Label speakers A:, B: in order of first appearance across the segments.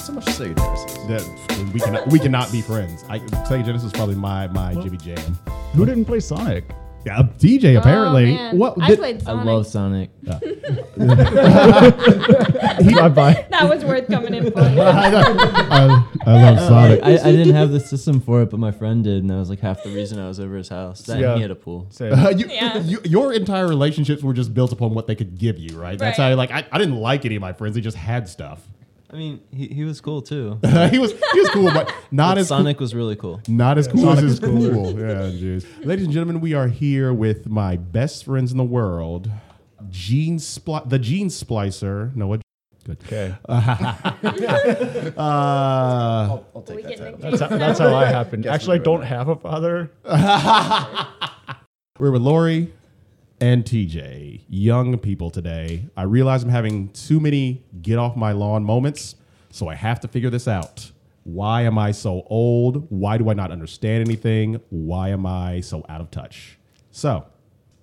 A: so much Sega Genesis.
B: That we cannot we cannot be friends. I, Sega Genesis is probably my my Jimmy Jam.
C: Who didn't play Sonic?
B: Yeah, DJ apparently.
D: Oh, man.
B: what
D: I
B: did-
D: played
E: I
D: Sonic.
E: love Sonic.
C: bye bye.
D: that was worth coming in for.
B: I, I love Sonic.
E: I, I didn't have the system for it, but my friend did, and that was like half the reason I was over his house. That and
C: Yeah.
E: he had a pool.
C: Same.
B: you,
D: Yeah.
B: you- your entire relationships were just built upon what they could give you, right? That's
D: Right.
B: how like I, I didn't like any of my friends; they just had stuff.
E: I mean, he, he was cool too.
B: he was he was cool, but not
E: But
B: as
E: Sonic was really cool.
B: cool, not as cool
C: Sonic
B: as
C: is
B: his cool. yeah, jeez. Ladies and gentlemen, we are here with my best friends in the world, Gene Spli- the Gene Splicer. No, what? Good.
C: Okay.
B: Uh,
A: I'll, I'll
D: we
A: take that
D: get
A: title.
D: nicknames.
C: That's how, that's how I happened.
A: Guess
C: Actually, I
A: we
C: don't have a father.
B: We're with Lori and TJ, young people today. I realize I'm having too many get off my lawn moments, so I have to figure this out. Why am I so old? Why do I not understand anything? Why am I so out of touch? So,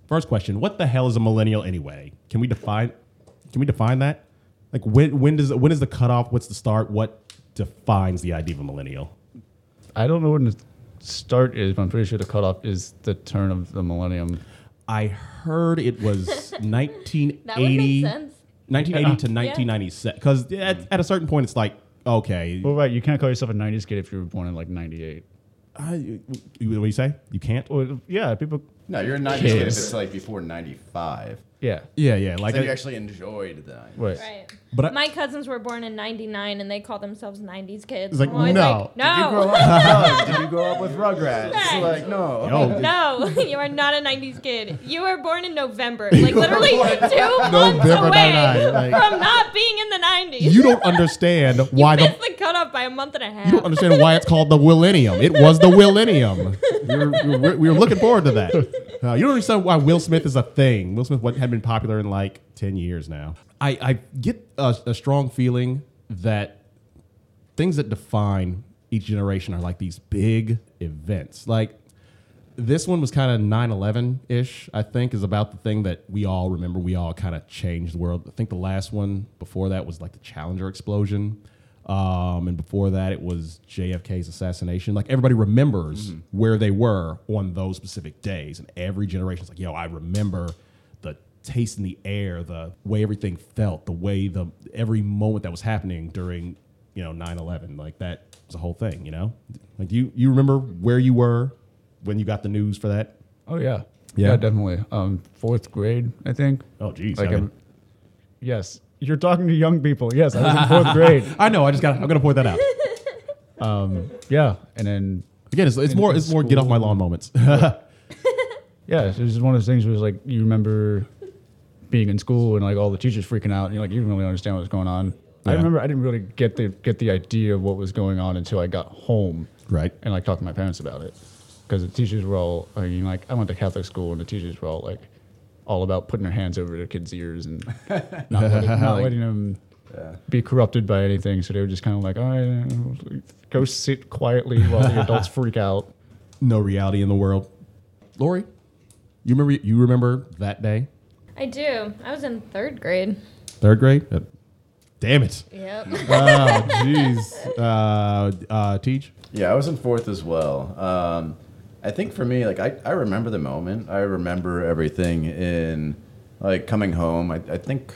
B: first question, what the hell is a millennial anyway? Can we define can we define that? Like when when does when is the cutoff? What's the start? What defines the idea of a millennial?
C: I don't know when the start is, but I'm pretty sure the cutoff is the turn of the millennium.
B: I heard it was 1980.
D: That would make sense.
B: 1980 to 1997. Because at, at a certain point, it's like, okay,
C: Well, right, you can't call yourself a '90s kid if you were born in like '98.
B: I, you- what do you say? You can't?
C: Well, yeah, people.
A: No, you're a 90s kid if
C: Kids.
A: it's like before 95.
C: Yeah,
B: Yeah, yeah. Like,
A: Then you
B: I-
A: actually enjoyed the 90s.
C: right.
D: Right.
B: But I-
D: my cousins were born in '99 and they call themselves '90s kids.
B: It's like,
D: I'm always
B: no.
D: like,
A: Did you grow
D: no,
A: up? no, Did you grow up with Rugrats?
D: Right.
A: Like, no.
B: Yo.
D: no, you are not a '90s kid. You were born in November, like literally two months
B: November
D: away
B: 99, like-
D: from not being in the '90s.
B: you don't understand why the.
D: missed the cutoff by a month and a half.
B: You don't understand why it's called the millennium. It was the millennium. We were, we were, we were looking forward to that. Uh, you don't understand why Will Smith is a thing. Will Smith what- had been popular in like 10 years now. I, I get a, a strong feeling that things that define each generation are like these big events. Like this one was kind of 9-11 ish i think is about the thing that we all remember we all kind of changed the world i think the last one before that was like the challenger explosion um, and before that it was jfk's assassination like everybody remembers where they were on those specific days and every generation's like yo i remember the taste in the air the way everything felt the way the every moment that was happening during you know 9-11 like that was a whole thing you know like you you remember where you were when you got the news for that?
C: Oh yeah.
B: Yeah.
C: yeah, definitely. Um, fourth grade, I think.
B: Oh, geez.
C: Like,
B: I,
C: I'm- yes, you're talking to young people. Yes, I was in fourth grade.
B: know. I just got. I'm gonna point that out.
C: Yeah, and then
B: Again, it's, it's more. It's more get off my lawn moments.
C: yeah, it was just one of those things where it's like you remember being in school and like all the teachers freaking out, and you're like you didn't really understand what was going on. I
B: Yeah.
C: remember I didn't really get the get the idea of what was going on until I got home,
B: Right.
C: and like talked to my parents about it, because the teachers were all I mean like I went to Catholic school and the teachers were all like all about putting their hands over their kids' ears and not letting, not letting them be corrupted by anything. So they were just kind of like, all right, go sit quietly while the adults freak out.
B: no reality in the world. Lori, you remember? You remember that day?
D: I do. I was in third grade.
B: Third grade. Uh, damn it.
D: Yep.
B: Oh, jeez. Uh, uh, Teach.
A: Yeah, I was in fourth as well. Um, I think for me, like I, I remember the moment. I remember everything in like coming home. I, I think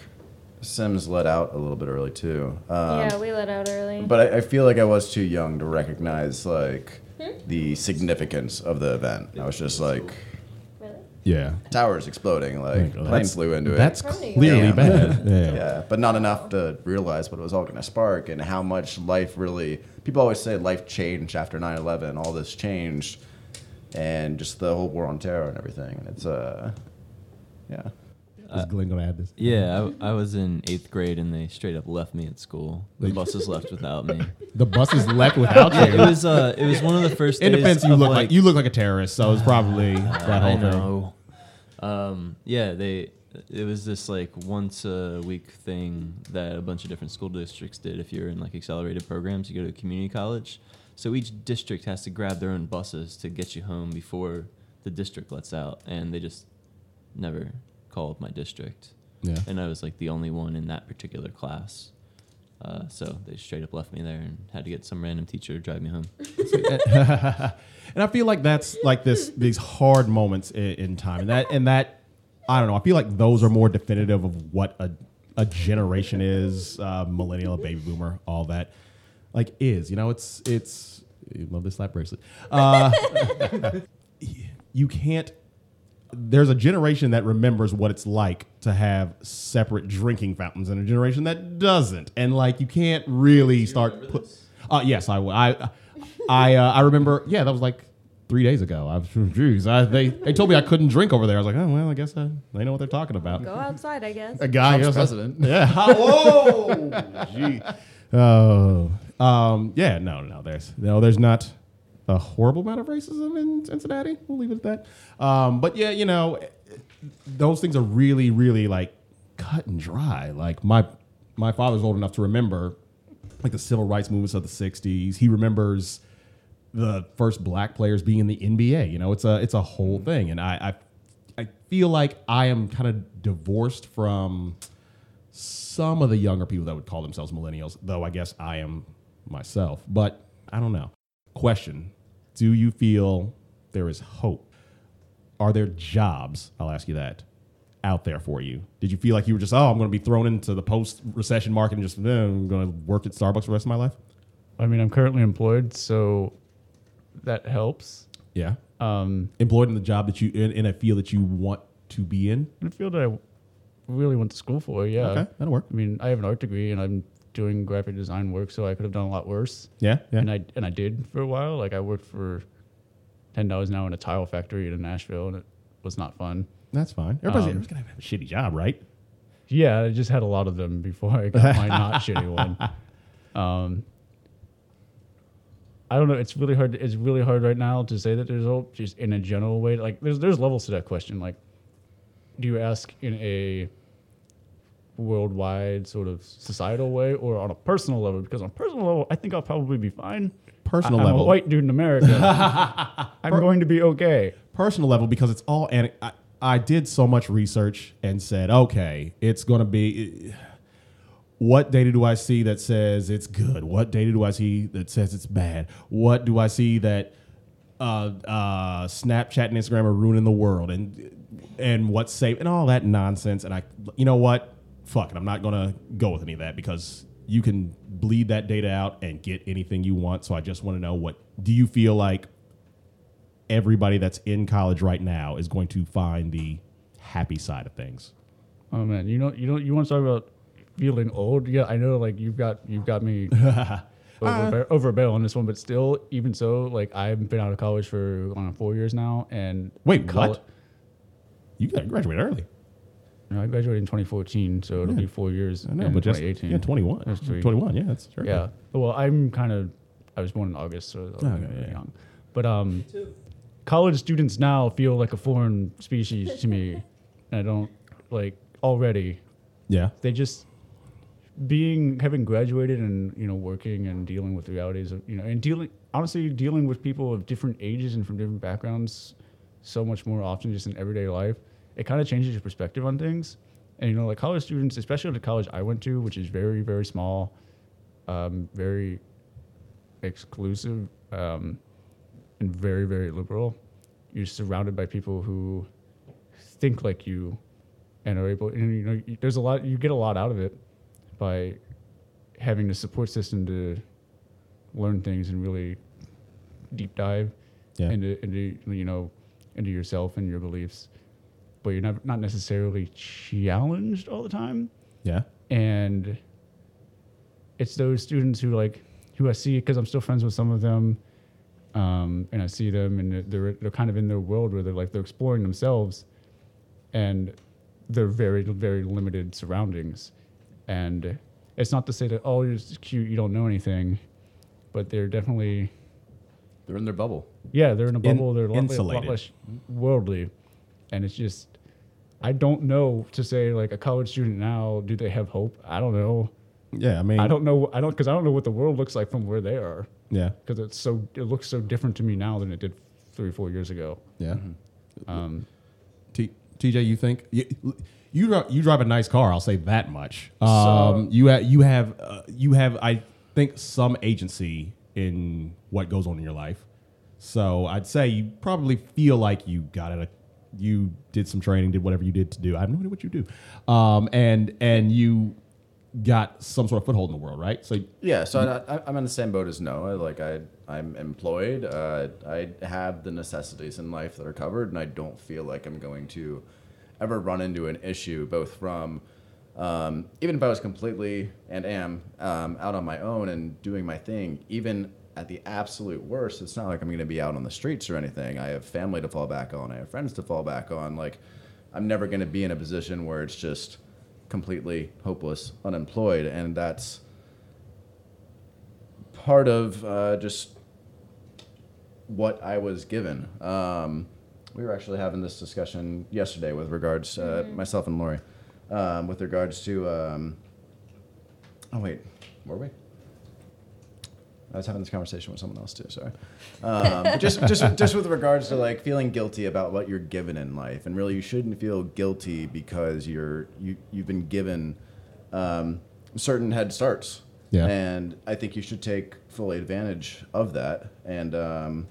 A: Sims let out a little bit early too. Um,
B: Uh,
D: yeah, we let out early.
A: But I, I feel like I was too young to recognize like the significance of the event. I was just like
D: Really?
B: Yeah.
A: towers exploding, like
B: Well,
A: plane flew into it.
B: That's
D: Probably.
B: clearly
A: Yeah.
B: bad. Yeah.
A: yeah, but not enough to realize what it was all going to spark and how much life really. People always say life changed after 9 11, all this changed, and just the whole war on terror and everything. And it's, uh, yeah.
B: Is Glenn gonna add this?
E: Yeah, I, I was in eighth grade, and they straight up left me at school. The buses left without me.
B: The bus is left without
E: It
B: you.
E: was uh, it was one of the first.
B: In
E: days
B: defense, you
E: of,
B: look like, you look like a terrorist, so it's probably that
E: I
B: whole thing.
E: know. Um, yeah, they. It was this like once a week thing that a bunch of different school districts did. If you're in like accelerated programs, you go to a community college. So each district has to grab their own buses to get you home before the district lets out, and they just never called my district.
B: Yeah.
E: and I was like the only one in that particular class. Uh, so they straight up left me there and had to get some random teacher to drive me home.
B: And I feel like that's like this these hard moments in, in time, and that and that I don't know. I feel like those are more definitive of what a a generation is, uh, millennial, baby boomer, all that. Like is you know it's it's you love this slap bracelet. Uh, you can't. There's a generation that remembers what it's like to have separate drinking fountains, and a generation that doesn't. And like you can't really start. Put, uh, yes, I will. I I uh, I remember. Yeah, that was like three days ago. I was Jews. I, they they told me I couldn't drink over there. I was like, oh well, I guess I, they know what they're talking about.
D: Go outside, I guess.
B: A guy
C: Trump's
B: goes,
C: president.
B: Yeah. Whoa. Gee. Oh. Um. Yeah. No. No. There's no. There's not a horrible amount of racism in Cincinnati. We'll leave it at that. Um. But yeah, you know, those things are really, really like cut and dry. Like my my father's old enough to remember like the civil rights movements of the '60s. He remembers the first black players being in the NBA. You know, it's a it's a whole thing, and I I, I feel like I am kind of divorced from some of the younger people that would call themselves millennials, though I guess I am myself. But I don't know. Question: Do you feel there is hope? Are there jobs? I'll ask you that out there for you. Did you feel like you were just oh, I'm going to be thrown into the post-recession market and just eh, I'm going to work at Starbucks the rest of my life?
C: I mean, I'm currently employed, so that helps.
B: Yeah.
C: Um,
B: Uh, employed in the job that you in, in a field that you want to be in.
C: in a field that I really went to school for, yeah.
B: Okay, that'll work.
C: I mean, I have an art degree and I'm doing graphic design work, so I could have done a lot worse.
B: Yeah, yeah.
C: And I and I did for a while. Like I worked for ten dollars an hour in a tile factory in Nashville, and it was not fun.
B: That's fine. Everybody's,
C: Um,
B: everybody's gonna have a shitty job, right?
C: Yeah, I just had a lot of them before I got my not shitty one. Um, I don't know. It's really hard. It's really hard right now to say that there's hope. Just in a general way, like there's there's levels to that question. Like, do you ask in a worldwide sort of societal way or on a personal level? Because on a personal level, I think I'll probably be fine.
B: Personal
C: I- I'm
B: level.
C: a white dude in America. I'm going to be okay.
B: Personal level because it's all and I, I did so much research and said, okay, it's gonna be. What data do I see that says it's good? What data do I see that says it's bad? What do I see that uh, uh, Snapchat and Instagram are ruining the world and and what's safe and all that nonsense. And I, you know what? Fuck it. I'm not gonna go with any of that because you can bleed that data out and get anything you want. So I just want to know what do you feel like everybody that's in college right now is going to find the happy side of things.
C: Oh man, you know, you know, you want to talk about feeling old? Yeah, I know. Like you've got, you've got me over, a bar- over a barrel on this one, but still, even so, like I've been out of college for on four years now, and
B: Wait,
C: col-
B: what? You gotta graduate early.
C: You know, I graduated in 2014, so it'll be four years.
B: I know,
C: in
B: but just
C: 2018.
B: yeah, 21.
C: That's three.
B: 21. Yeah, that's sure.
C: Yeah. Well, I'm kind of. I was born in August, so I was
B: Okay,
C: really
B: yeah.
C: young. But um, college students now feel like a foreign species to me, and I don't like already.
B: Yeah.
C: they just being having graduated and you know working and dealing with realities of you know and dealing honestly dealing with people of different ages and from different backgrounds so much more often just in everyday life it kind of changes your perspective on things and you know like college students especially the college i went to which is very very small um, very exclusive um, and very very liberal you're surrounded by people who think like you and are able and you know you- there's a lot you get a lot out of it by having the support system to learn things and really deep dive
B: Yeah.
C: into into you know into yourself and your beliefs but you're not not necessarily challenged all the time
B: Yeah.
C: and it's those students who like who I see because I'm still friends with some of them, um, and I see them, and they're they're kind of in their world where they're like they're exploring themselves, and they're very very limited surroundings, and it's not to say that oh you're just cute you don't know anything, but they're definitely
A: They're in their bubble.
C: yeah, they're in a bubble. they're a lot, a lot
B: insulated.
C: less worldly, and it's just I don't know to say like a college student now. Do they have hope? I don't know.
B: Yeah. I mean,
C: I don't know. I don't because I don't know what the world looks like from where they are
B: Yeah.
C: because it's so it looks so different to me now than it did three four years ago.
B: Yeah. T- TJ, you think you, you dri- you drive a nice car. I'll say that much. Um, you ha- you have uh, you have I think some agency in what goes on in your life. So I'd say you probably feel like you got it. You did some training, did whatever you did to do. I have no idea what you do, um, and and you got some sort of foothold in the world, right? So
A: Yeah, so I, I, I'm in the same boat as Noah. Like I, I'm employed. Uh, I have the necessities in life that are covered, and I don't feel like I'm going to ever run into an issue. Both from, um, even if I was completely and am um, out on my own and doing my thing, even at the absolute worst, it's not like I'm going to be out on the streets or anything. I have family to fall back on. I have friends to fall back on. Like, I'm never going to be in a position where it's just completely hopeless, unemployed, and that's part of uh, just what I was given. Um, we were actually having this discussion yesterday with regards, uh, myself and Lori, um, with regards to. Um, oh wait, were we? I was having this conversation with someone else too. Sorry. Um, but just, just, just with regards to like feeling guilty about what you're given in life, and really, you shouldn't feel guilty because you're you you've been given um, certain head starts.
B: Yeah.
A: And I think you should take full advantage of that. And um,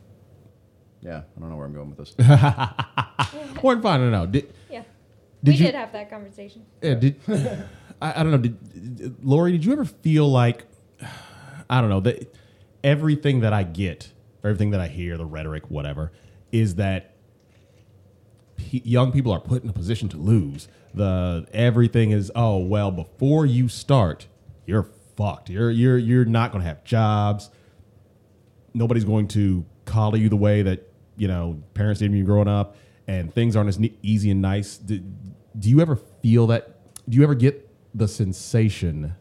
A: yeah, I don't know where I'm going with this.
B: Warren, fine, no, no. Did,
D: Yeah.
B: Did
D: we
B: you-
D: did have that conversation.
B: Yeah, did I, I don't know. Did, did- Lori, did you ever feel like I don't know that everything that I get, or everything that I hear, the rhetoric, whatever, is that pe young people are put in a position to lose. The everything is oh well before you start, you're fucked. You're you're you're not going to have jobs. Nobody's going to coddle you the way that you know parents did when you were growing up, and things aren't as ne- easy and nice. Do, do you ever feel that? Do you ever get the sensation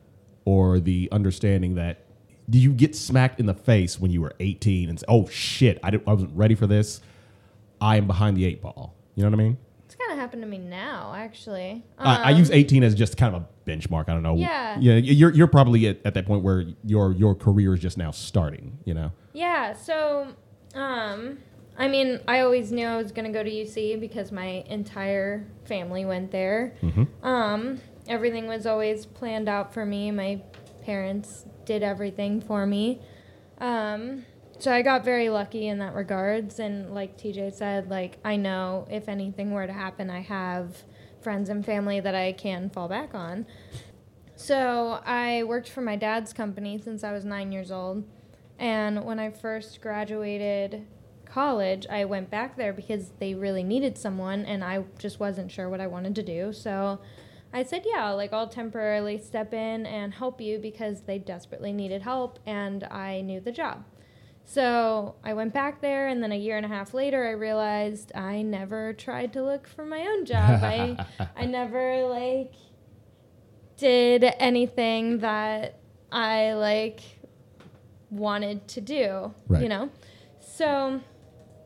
B: or the understanding that? Do you get smacked in the face when you were 18 and say, "Oh shit, I, didn't, I wasn't ready for this. I am behind the eight ball." You know what I mean?
D: It's kind of happened to me now, actually.
B: I, I
D: Um,
B: use 18 as just kind of a benchmark. I don't know.
D: Yeah.
B: Yeah. You're you're probably at, at that point where your your career is just now starting. You know.
D: Yeah, so um I mean, I always knew I was going to go to UC because my entire family went there. Um everything was always planned out for me. My parents did everything for me. Um so I got very lucky in that regards and like TJ said, like I know if anything were to happen, I have friends and family that I can fall back on. So I worked for my dad's company since I was nine years old. And when I first graduated college, I went back there because they really needed someone and I just wasn't sure what I wanted to do. So I said, yeah, like I'll temporarily step in and help you because they desperately needed help and I knew the job. So I went back there, and then a year and a half later, I realized I never tried to look for my own job. I, I never like did anything that I like wanted to do,
B: Right.
D: you know? So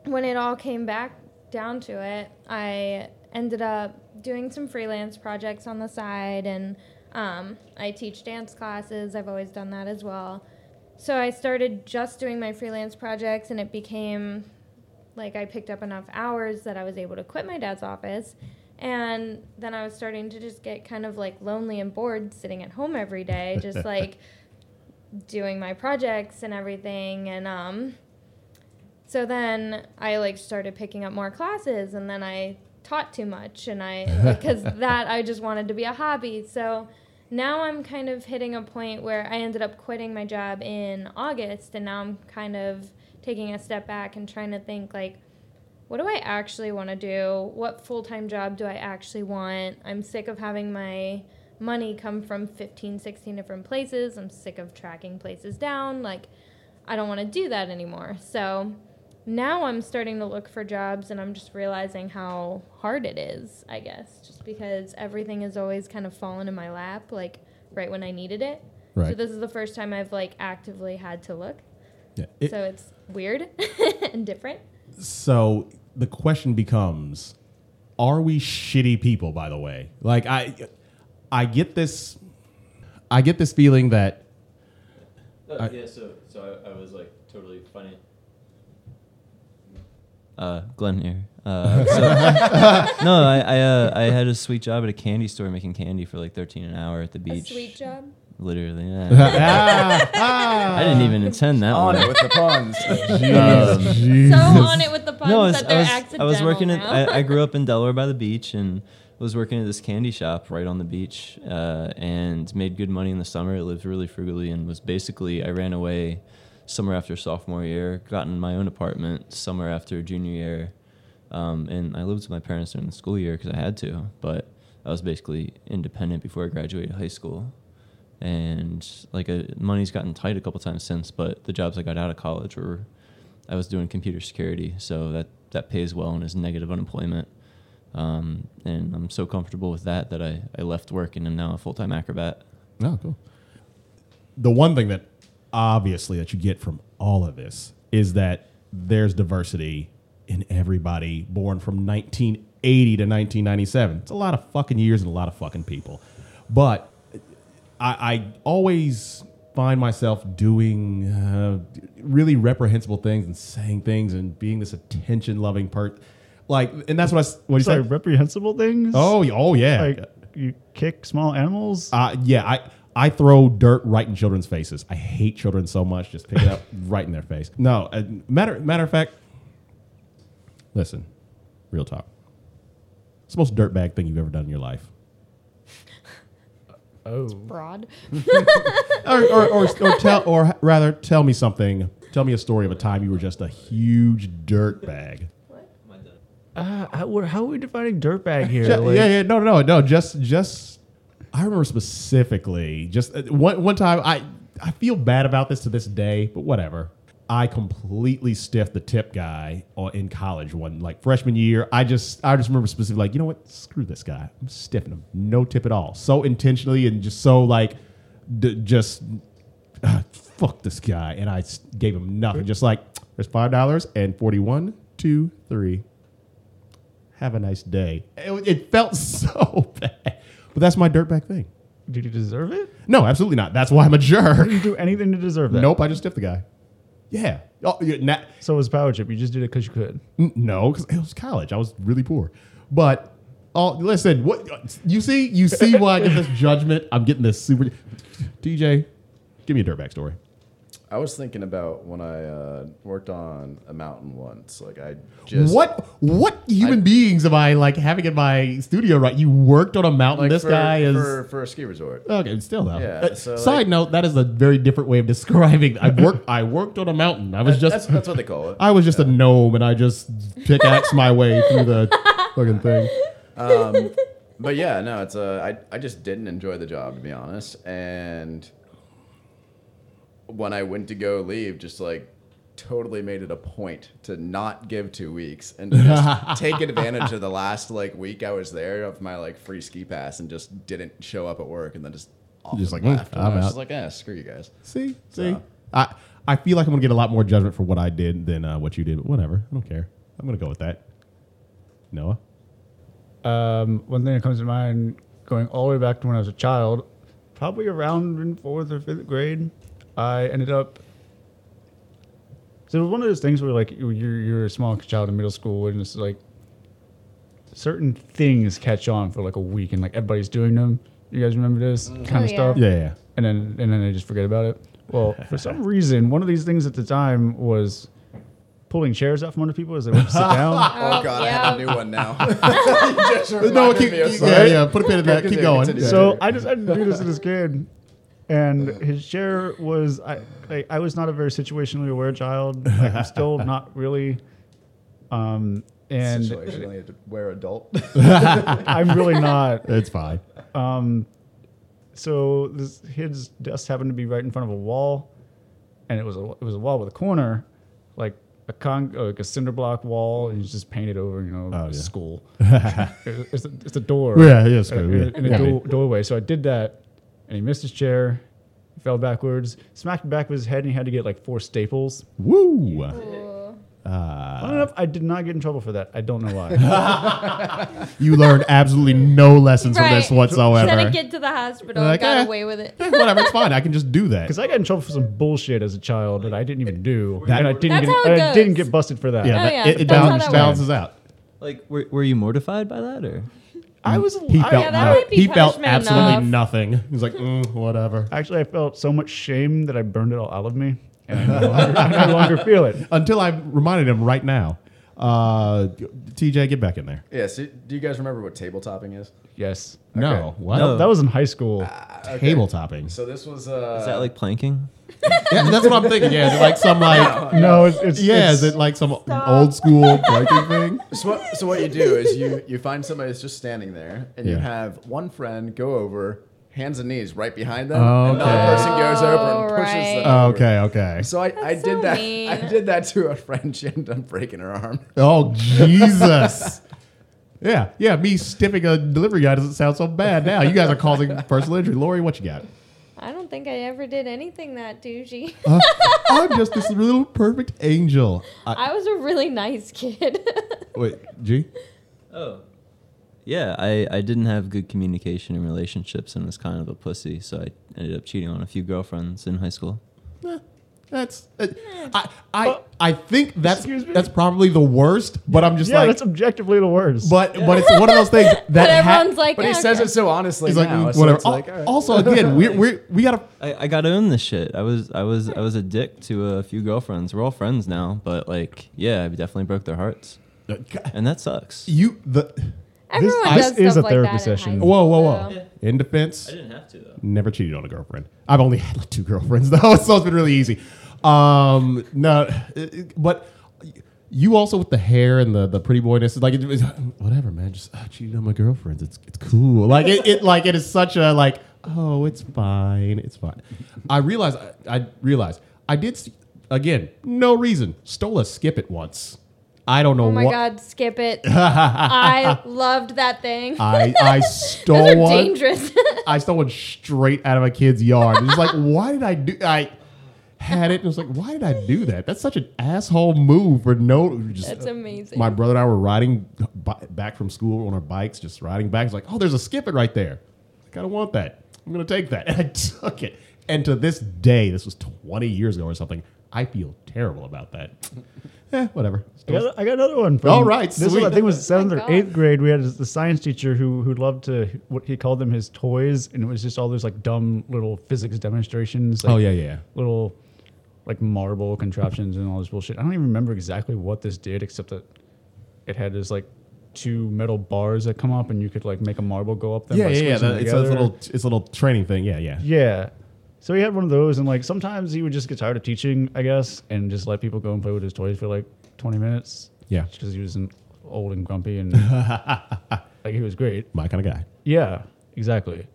D: when it all came back down to it, I ended up doing some freelance projects on the side and um, I teach dance classes. I've always done that as well. So I started just doing my freelance projects and it became like I picked up enough hours that I was able to quit my dad's office. And then I was starting to just get kind of like lonely and bored sitting at home every day, just like doing my projects and everything. And um, so then I like started picking up more classes and then I taught too much and I because that I just wanted to be a hobby. So now I'm kind of hitting a point where I ended up quitting my job in August and now I'm kind of taking a step back and trying to think like what do I actually want to do? What full time job do I actually want? I'm sick of having my money come from 15, 16 different places. I'm sick of tracking places down. Like, I don't want to do that anymore. So now I'm starting to look for jobs and I'm just realizing how hard it is, I guess, just because everything has always kind of fallen in my lap, like right when I needed it. So
B: Right.
D: this is the first time I've like actively had to look.
B: Yeah. It-
D: so it's weird and different.
B: so the question becomes are we shitty people by the way like i i get this i get this feeling that
E: Uh,
B: I-
E: yeah, so so I, I was like totally funny. Uh, Glenn here. Uh, so- no, I I, uh, I had a sweet job at a candy store making candy for like 13 an hour at the
D: A
E: beach.
D: sweet job.
E: Literally, yeah.
B: ah,
E: I didn't even intend that one.
A: on Oh, it with the puns.
E: Um,
D: So on it with the puns
E: no, I was,
D: that
E: I
D: they're
E: was, I
D: accidental
E: was working
D: now.
E: at, I, I grew up in Delaware by the beach and was working at this candy shop right on the beach uh, and made good money in the summer. I lived really frugally and was basically, I ran away summer after sophomore year, got in my own apartment summer after junior year. Um, and I lived with my parents during the school year because I had to, but I was basically independent before I graduated high school. And like uh, money's gotten tight a couple times since, but the jobs I got out of college were I was doing computer security, so that that pays well and is negative unemployment. Um, and I'm so comfortable with that that I, I left work and am now a full time acrobat.
B: Oh, cool. The one thing that obviously that you get from all of this is that there's diversity in everybody born from 1980 to 1997. It's a lot of fucking years and a lot of fucking people. But I, I always find myself doing uh, really reprehensible things and saying things and being this attention loving part. Like, and that's what I s- what you
C: Sorry,
B: say.
C: reprehensible things.
B: Oh, y- oh yeah.
C: like you kick small animals.
B: Uh, yeah, I I throw dirt right in children's faces. I hate children so much. Just pick it up right in their face. No, uh, matter matter of fact. Listen, real talk. It's the most dirtbag thing you've ever done in your life,
C: oh,
D: Broad.
B: or or, or, or tell or rather tell me something. Tell me a story of a time you were just a huge dirtbag.
C: uh, how, we're- how are we defining dirtbag here?
B: Yeah,
C: Like,
B: yeah, yeah. No, no, no. Just, just. I remember specifically. Just uh, one, one time. I, I feel bad about this to this day, but whatever. I completely stiffed the tip guy on- in college one like freshman year. I just, I just remember specifically like, you know what? Screw this guy. I'm stiffing him. No tip at all. So intentionally and just so like, d- just. "Ah, fuck this guy, and I s- gave him nothing. Just like there's five dollars and forty-one, two, three have a nice day. It, it felt so bad. But that's my dirtbag thing.
C: Did you deserve it?
B: No, absolutely not. That's why I'm a jerk.
C: Did you do anything to deserve that?
B: Nope, I just stiffed the guy. Yeah. Oh, yeah, na-
C: So it was power trip. You just did it because you could.
B: n- no, because it was college. I was really poor. But oh, listen, what you see, you see why I get this judgment. I'm getting this super. DJ, give me a dirtbag story.
A: I was thinking about when I uh, worked on a mountain once. Like I just
B: what what human
A: I-
B: beings am I like having in my studio? Right, you worked on a mountain.
A: like,
B: this
A: for,
B: guy is
A: for, for a ski resort.
B: Okay, still though.
A: Yeah,
B: Uh,
A: so,
B: Side
A: like-
B: note: that is a very different way of describing. I worked. I worked on a mountain. I was
A: that's,
B: just.
A: that's what they call it.
B: I was just a gnome, and I just pickaxe my way through the fucking thing.
A: but yeah, no, it's uh, I I just didn't enjoy the job to be honest, and when I went to go leave, just like totally made it a point to not give two weeks and to just take advantage of the last like week I was there of my like free ski pass and just didn't show up at work and then just off
B: Just
A: and
B: like, "Mm,
A: left. And
B: I'm
A: I was
B: out."
A: just like, ah, screw you guys.
B: See, see.
A: So-
B: I I feel like I'm gonna get a lot more judgment for what I did than uh, what you did. But whatever, I don't care. I'm gonna go with that. Noah.
C: Um, one thing that comes to mind, going all the way back to when I was a child, probably around in fourth or fifth grade, I ended up. So it was one of those things where like you- you're you're a small child in middle school and it's like certain things catch on for like a week and like everybody's doing them. You guys remember this kind
D: Oh,
C: of
D: yeah.
C: stuff?
B: Yeah, yeah, yeah.
C: and then and then I just forget about it. Well, for some reason, one of these things at the time was pulling chairs out from under people as they went to sit down.
A: Oh,
D: Oh,
A: god, I have a
D: yeah.
A: new one now. You just reminded
B: keep,
A: me of
B: keep- yeah,
A: something.
B: yeah. Put a pin in that. Keep
A: Continue,
B: going.
A: continue.
C: So I decided to do this to this kid, and his chair was I I, I was not a very situationally aware child. Like, I'm still not really, um, and
A: Situationally, I had to wear adult.
C: I'm really not.
B: It's fine.
C: So this kid's desk happened to be right in front of a wall, and it was a it was a wall with a corner, like a con like a cinder block wall, and it's just painted over. You know,
B: Oh, yeah.
C: school. It's- it's, a, it's a door.
B: Yeah, yeah, it's
C: and-
B: good, yeah.
C: and a
B: Yeah.
C: door- doorway. So I did that, and he missed his chair, fell backwards, smacked the back of his head, and he had to get like four staples.
B: Woo.
D: Ooh.
C: Fun enough, I did not get in trouble for that. I don't know why.
B: You learned absolutely no lessons from this
D: Right.
B: whatsoever.
D: Sent a kid to the hospital.
B: Like,
D: got
E: "Ah."
B: eh.
D: away with it.
B: Eh, Whatever, it's fine. I can just do that.
C: Because I got in trouble for some bullshit as a child that I didn't even do, and I didn't
D: That's
C: get
D: how it
C: I didn't
D: goes.
C: get busted for that.
B: Yeah,
D: Oh,
B: that,
D: yeah,
B: it, it
D: that's how
B: balance-
D: that
B: balances out.
E: Like, were, were you mortified by that, or
C: I was. a-
B: He
C: I-
B: felt
D: Oh, Yeah, that
B: no-
D: might be
B: he felt
D: punishment
B: absolutely
D: enough.
B: nothing. He's like, mm, whatever.
C: actually, I felt so much shame that I burned it all out of me, and I no longer, I no longer feel it.
B: Until I reminded him right now. Uh, TJ, get back in there.
A: Yeah. So do you guys remember what table topping is?
C: Yes,
B: No, what?
E: No.
C: that was in high school.
B: Table topping.
A: So this was. Uh,
E: is that like planking?
B: Yeah, that's what I'm thinking. Yeah, is it like some like
C: No, it's, it's
B: yeah,
C: it's-
B: is it like some old school breaking thing?
A: So what, so what you do is you you find somebody that's just standing there, and you
B: Yeah.
A: have one friend go over, hands and knees right behind them,
B: Oh,
A: and another
B: okay.
A: person goes over and
D: Oh,
A: pushes
D: Right.
A: them. over.
B: Oh, Okay, okay.
A: So I, I
D: That's
A: did
D: so
A: that.
D: mean.
A: I did that to a friend. She ended up breaking her arm.
B: Oh Jesus. Yeah, yeah. Me stiffing a delivery guy doesn't sound so bad now. You guys are causing personal injury. Lori, what you got?
D: I don't think I ever did anything that douchey.
B: Uh, I'm just this little perfect angel. I,
D: I was a really nice kid.
B: wait, G.
E: Oh. Yeah, I, I didn't have good communication in relationships and was kind of a pussy, so I ended up cheating on a few girlfriends in high school.
B: That's uh, I I I think that's that's probably the worst. But I'm just
C: yeah,
B: like,
C: that's objectively the worst.
B: but but it's one of those things
D: but
B: that hap-
D: everyone's like,
A: But he
D: "Yeah,
A: says
D: okay."
A: it so honestly
B: It's like
A: now. so
B: whatever.
A: it's like,
B: Al-
A: all right.
B: Also, again, we we we gotta
E: I, I gotta own this shit. I was I was I was a dick to a few girlfriends. We're all friends now, but like yeah, I definitely broke their hearts. And that sucks.
B: you the
D: Everyone
C: this
D: does
C: is
D: stuff
C: a
D: like
C: therapy
D: that in high
C: session.
D: school,
B: whoa whoa whoa.
D: so-
B: In defense,
E: didn't have to though.
B: never cheated on a girlfriend. I've only had like two girlfriends though, so it's been really easy. Um, no, it- it- but you also with the hair and the the pretty boyness, like it, was- whatever, man. Just uh, cheated on my girlfriends. It's it's cool. Like it, it like it is such a like oh it's fine, it's fine. I realized I, I realized I did s- again no reason stole a skip it once. I don't know
D: Oh my
B: what
D: god, skip it. I loved that thing.
B: I I stole
D: Those are
B: one.
D: dangerous.
B: I stole one straight out of a kid's yard. It's like, why did I do? I had it and was like, why did I do that? That's such an asshole move for no. Just,
D: That's amazing.
B: My brother and I were riding bi- back from school on our bikes, just riding back. It's like, oh, there's a skip it right there. I kind of want that. I'm gonna take that, and I took it. And to this day, this was 20 years ago or something. I feel terrible about that. eh, whatever.
C: I got, I got another one. From,
B: All right,
C: this was,
B: sweet.
C: I think it was seventh or
D: God.
C: eighth grade. We had this- the science teacher who who loved to what he called them his toys, and it was just all those like dumb little physics demonstrations. Like
B: Oh yeah, yeah.
C: little like marble contraptions and all this bullshit. I don't even remember exactly what this did, except that it had this like two metal bars that come up, and you could like make a marble go up them.
B: Yeah,
C: by
B: yeah, yeah.
C: squishing
B: that-
C: it
B: it's a
C: together.
B: little, it's a little training thing. Yeah, yeah.
C: Yeah. So he had one of those, and like sometimes he would just get tired of teaching, I guess, and just let people go and play with his toys for like 20 minutes.
B: Yeah.
C: Because he was an old and grumpy and like he was great.
B: My kind of guy.
C: Yeah, exactly.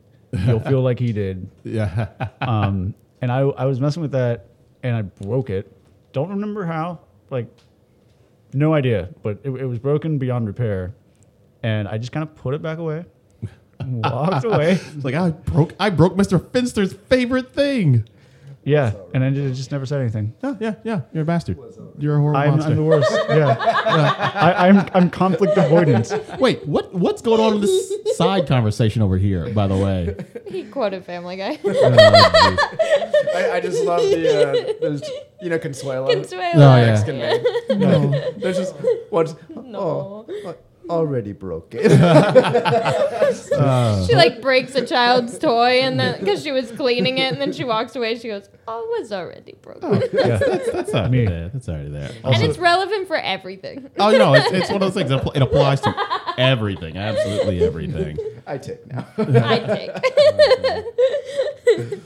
C: You'll feel like he did.
B: Yeah.
C: Um, and I, I was messing with that and I broke it. Don't remember how, like, no idea, but it, it was broken beyond repair. And I just kind of put it back away, walked away.
B: It's like I broke I broke Mr. Finster's favorite thing.
C: Yeah. And I just just never said anything.
B: Yeah, yeah, yeah. You're a bastard. You're a horrible
C: I'm,
B: monster.
C: I'm the worst. Yeah, I, I'm I'm conflict avoidant.
B: Wait, what what's going on in this side conversation over here, by the way?
D: he quoted Family Guy.
A: I, I just love the uh, those, you know Consuelo.
D: Consuelo.
B: Oh, yeah.
A: Mexican name.
B: No.
A: There's just what?
D: No.
A: Oh, I already broke it.
D: She like breaks a child's toy and then because she was cleaning it and then she walks away. She goes, "Oh, it was already broken."
B: Oh, That's already
C: Me.
B: there. That's already there.
D: and
B: Also,
D: it's relevant for everything.
B: oh no, it's, it's one of those things that appl- it applies to everything, absolutely everything.
A: I take now.
D: I take.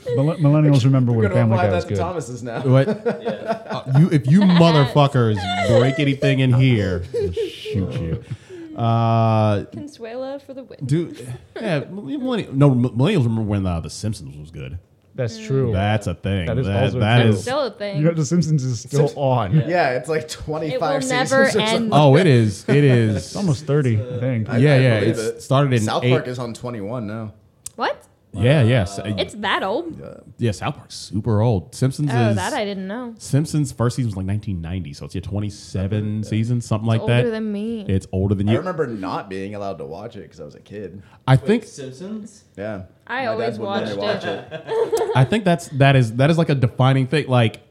C: Mille- Millennials remember
A: We're
C: when
A: gonna
C: Family
A: apply
C: Guy
A: that
C: was
A: to
C: good.
A: Thomas's now.
B: What Uh, you if you motherfuckers break anything in here, I'll shoot you. Uh
D: Consuela for the win.
B: dude, yeah, millennial, no, millennials remember when uh, The Simpsons was good.
C: That's true.
B: That's a thing.
C: That is
B: that,
C: also
B: that
C: true.
B: is-
D: Still a
C: you know,
D: thing.
C: The Simpsons is still on.
A: Yeah, it's like
D: It
A: 25
D: will
A: seasons.
D: never
A: or something.
D: end.
B: Oh, it is. It is.
C: It's almost thirty, I think.
B: yeah, yeah.
A: believe
B: It
A: it.
B: started in
A: South
B: eight,
A: Park is on 21 now.
D: What?
B: Yeah, yes. Uh,
D: It's that old.
B: oh. yeah, South Park's super old. Simpsons
D: Oh,
B: is
D: that I didn't know.
B: Simpsons first season was like 1990, so it's yeah 27 seasons, something like
D: older
B: that.
D: than me.
B: It's older than
A: I
B: you.
A: remember not being allowed to watch it because I was a kid.
B: I think
E: Simpsons.
A: Yeah.
D: I
A: My dad
D: always
A: wouldn't let me
D: watched
A: watch it.
B: I think that's that is that is like a defining thing. Like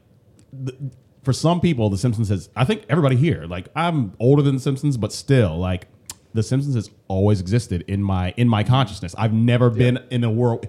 B: th- for some people, The Simpsons has. I think everybody here, like I'm older than The Simpsons, but still, like The Simpsons has always existed in my in my consciousness. I've never been in a world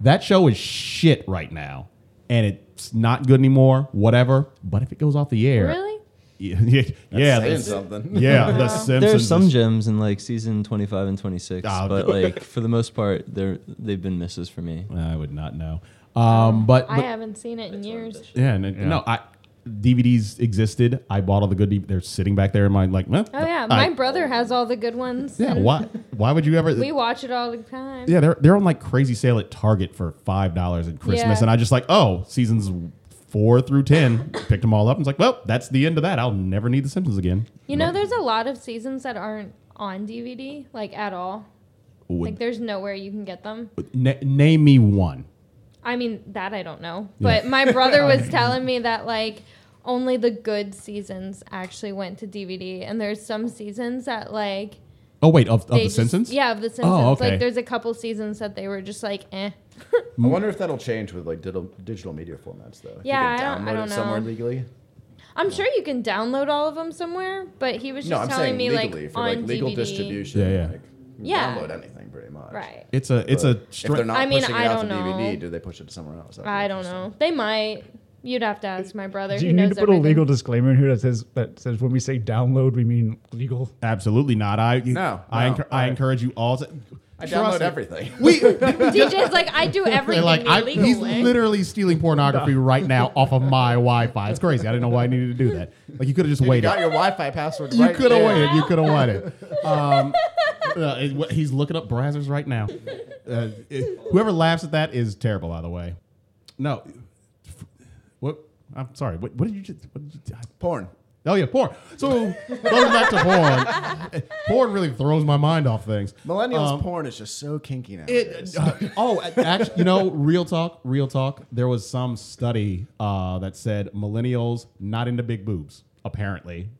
B: that show is shit right now, and it's not good anymore. Whatever, but if it goes off the air,
D: Really?
B: yeah, yeah, yeah,
A: saying
B: the-
A: something.
B: yeah. The Simpsons.
E: There's some
B: is-
E: gems in like season 25 and 26,
B: Oh,
E: but like for the most part, they're they've been misses for me.
B: I would not know. Um, but,
D: I
B: but
D: haven't seen it in years.
B: Yeah, and and- no, I DVDs existed. I bought all the good. DV They're sitting back there in my like. eh,
D: Oh yeah,
B: I-
D: my brother has all the good ones.
B: yeah.
D: and
B: Why? Why would you ever?
D: We watch it all the time.
B: yeah, they're they're on like crazy sale at Target for five dollars at Christmas,
D: Yeah.
B: and I just like, oh, seasons four through ten, picked them all up, and it's like, well, that's the end of that. I'll never need The Simpsons again.
D: You know, there's a lot of seasons that aren't on DVD, like at all. Like
B: Would,
D: there's nowhere you can get them.
B: na- name me one.
D: I mean, that I don't know.
B: Yeah.
D: But my brother was telling me that like only the good seasons actually went to DVD, and there's some seasons that like
B: Oh wait, of, of
D: they
B: The
D: just-
B: Simpsons.
D: Yeah, of the Simpsons.
B: Oh, okay.
D: Like there's a couple seasons that they were just like, eh.
A: I wonder if that'll change with like digital, digital media formats though. If
D: Yeah,
A: you
D: I
A: can
D: don't-
A: download
D: I don't
A: it somewhere
D: know.
A: legally.
D: I'm sure you can download all of them somewhere, but he was just
A: No, I'm
D: telling
A: saying
D: me
A: legally
D: like
A: for
D: on
A: like legal
D: DVD.
A: distribution.
B: Yeah, yeah.
A: Like, you
D: Yeah.
A: Download anything pretty much.
D: Right.
B: It's a it's
A: But
B: a
A: if they're
B: stri-
A: not
D: I mean,
A: pushing
D: I
A: it
D: don't
A: out to DVD,
D: know.
A: do they push it to somewhere else? That'd be
D: I don't
A: interesting.
D: know. They might. You'd have to ask my brother.
C: Do you
D: who
C: need
D: knows
C: to put
D: everything.
C: a legal disclaimer in here that says that says when we say download, we mean legal?
B: absolutely not. I
A: No,
B: I,
A: no.
B: encour- I encourage you all to.
A: I
B: Trust
A: download
B: me.
A: everything.
D: DJ's like, I do everything
B: They're like, I,
D: legal
B: he's
D: way.
B: literally stealing pornography right now off of my Wi-Fi. It's crazy. I didn't know why I needed to do that. Like you could have just
A: you
B: waited.
A: got your Wi-Fi password.
B: You
A: right
B: could have
A: there.
B: waited. You could have waited. Um, uh, it- what- he's looking up browsers right now. Uh, it- whoever laughs at that is terrible. By the way, no. What? I'm sorry. What, what did you just? What did you,
A: Porn.
B: oh yeah, porn. So going back to porn, porn really throws my mind off things.
A: Millennials
B: Um,
A: porn is just so kinky now.
B: It, uh, oh, actually, you know, real talk, real talk. There was some study uh, that said millennials not into big boobs. Apparently,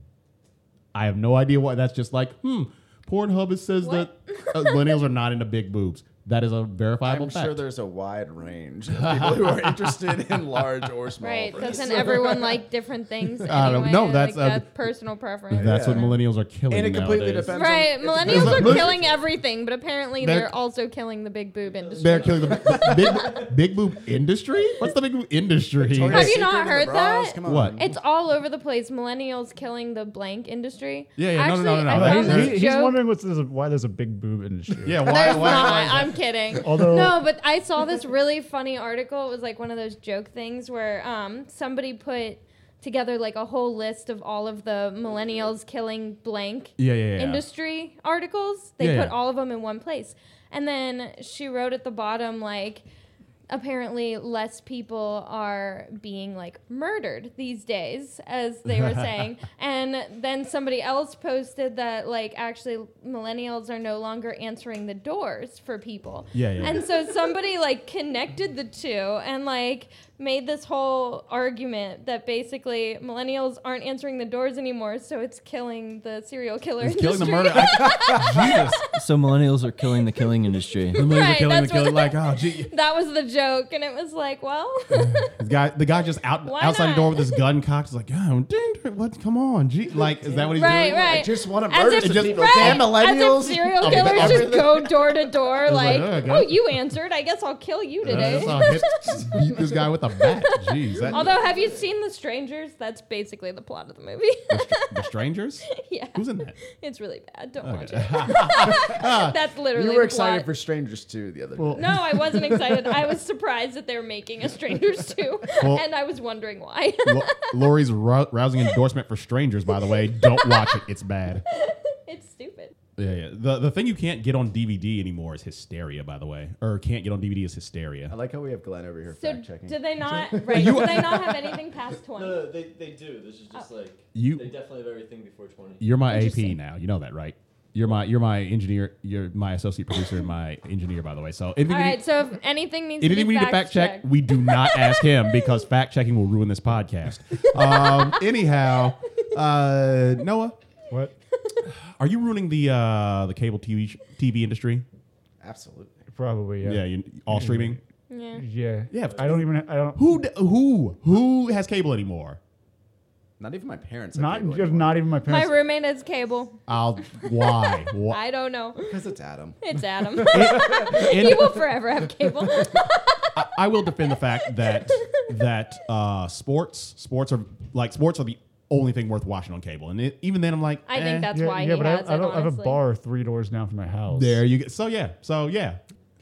B: I have no idea why. That's just like, hmm. Pornhub it says
D: What?
B: that uh, millennials are not into big boobs. That is a verifiable
A: I'm
B: fact.
A: sure there's a wide range of people who are interested in large or small.
D: Right?
A: breasts.
D: Doesn't everyone like different things? Anyway?
B: I don't know. That's,
D: like,
B: uh,
D: that's personal preference.
B: That's
A: Yeah.
B: what millennials are killing.
A: And it completely
B: nowadays.
A: depends.
D: Right,
A: On,
D: millennials
B: It's-
D: are killing everything, but apparently
B: They're-
D: they're, also killing the big boob industry.
B: They're killing the the big, big boob industry. What's the big boob industry?
A: Victoria's
D: Have you
A: Secret
D: not
A: and the
D: heard
A: bras,
D: that?
A: Come on.
B: What?
D: it's all over the place. Millennials killing the blank industry.
B: Yeah, yeah, no, no,
D: Actually,
B: no, no, no.
D: I
B: But
D: found
C: he's,
B: That's-
C: he-
D: this
C: he's
D: joke.
C: wondering what's there's a, why there's a big boob industry.
B: yeah, why?
D: There's
B: why,
D: not.
B: why is that?
D: I'm kidding.
C: Although-
D: no, but I saw this really funny article. It was like one of those joke things where um, somebody put together like a whole list of all of the millennials killing blank
B: Yeah, yeah, yeah.
D: industry articles. They
B: Yeah,
D: put
B: yeah.
D: all of them in one place, and then she wrote at the bottom like. Apparently, less people are being like murdered these days, as they were saying. And then somebody else posted that like actually millennials are no longer answering the doors for people.
B: Yeah, yeah,
D: And
B: yeah.
D: so somebody like connected the two and like made this whole argument that basically millennials aren't answering the doors anymore, so it's killing the serial killer
B: It's killing
D: industry.
B: the murder. I- Jesus.
E: So millennials are killing the killing industry.
B: The movies are
D: Right,
B: killing the
D: that's what-
B: killer. Like, oh, gee.
D: that was the joke, and it was like, well,
B: The guy, the guy just out
D: Why
B: outside the
D: not?
B: door with his gun cocked. He's like, oh, ding, ding, what? Come on, gee. Like, is that what he's
D: right,
B: doing?
D: right.
A: I just want to
D: As
A: murder
D: if,
A: some
B: just-
A: people.
D: right,
A: Damn millennials.
D: As if serial
B: Okay,
D: killers
B: but
D: just go door to door,
B: like,
D: like,
B: "Oh, I
D: oh,
B: got it."
D: you answered. I guess I'll kill you
B: Uh,
D: today.
B: that's how hip- just beat this guy with a bat. Jeez, that,
D: Although, have you seen The Strangers? That's basically the plot of the movie.
B: the strangers.
D: yeah,
B: Who's in that?
D: it's really bad. Don't watch it. That's literally.
A: You were
D: the
A: excited for
D: plot.
A: Strangers 2 the other
B: Well,
A: day.
D: No, I wasn't excited. I was surprised that they were making a Strangers 2,
B: Well-
D: and I was wondering why.
B: Lo- Lori's rou- rousing endorsement for strangers. By the way, don't watch it. It's bad.
D: it's stupid.
B: Yeah, yeah. The the thing you can't get on DVD anymore is Hysteria. By the way, or can't get on DVD is
A: I
B: Hysteria.
A: like how we have Glenn over here
D: So,
A: fact checking.
D: do they not? Right? do they not have anything past 20?
E: they, they do. This is just like
B: You- they
E: definitely have everything before twenty.
B: You're my AP
D: Interesting.
B: now. You know that, right? You're my you're my engineer. You're my associate producer and my engineer, by the way. So anything
D: All
B: we need-
D: right. So if anything needs
B: Anything
D: to
B: we
D: be
B: need to fact
D: fact
B: check, we do not ask him because fact checking will ruin this podcast. Um, anyhow, uh, Noah,
C: What?
B: are you ruining the uh, the cable TV sh- TV industry?
A: Absolutely.
C: Probably.
B: Yeah,
C: Yeah.
B: you, all streaming.
D: yeah.
C: Yeah.
B: Yeah.
C: I don't even. I don't.
B: Who d- who who has cable anymore?
A: Not even my parents. have
C: Not
A: cable
C: just
A: anymore.
C: not even my
D: My
C: parents.
D: roommate has cable.
B: I'll why? why?
D: I don't know.
A: because it's Adam.
D: It's Adam.
B: And
D: he will forever have cable.
B: I, I will defend the fact that that uh, sports sports are like sports are the only thing worth watching on cable, and it, even then I'm like,
D: I
B: eh.
D: think that's
C: yeah,
D: why
C: yeah,
D: he
C: but
D: has
C: I, I
D: it.
C: don't I have a
D: honestly.
C: bar three doors down from my house.
B: there you go. So yeah, so yeah,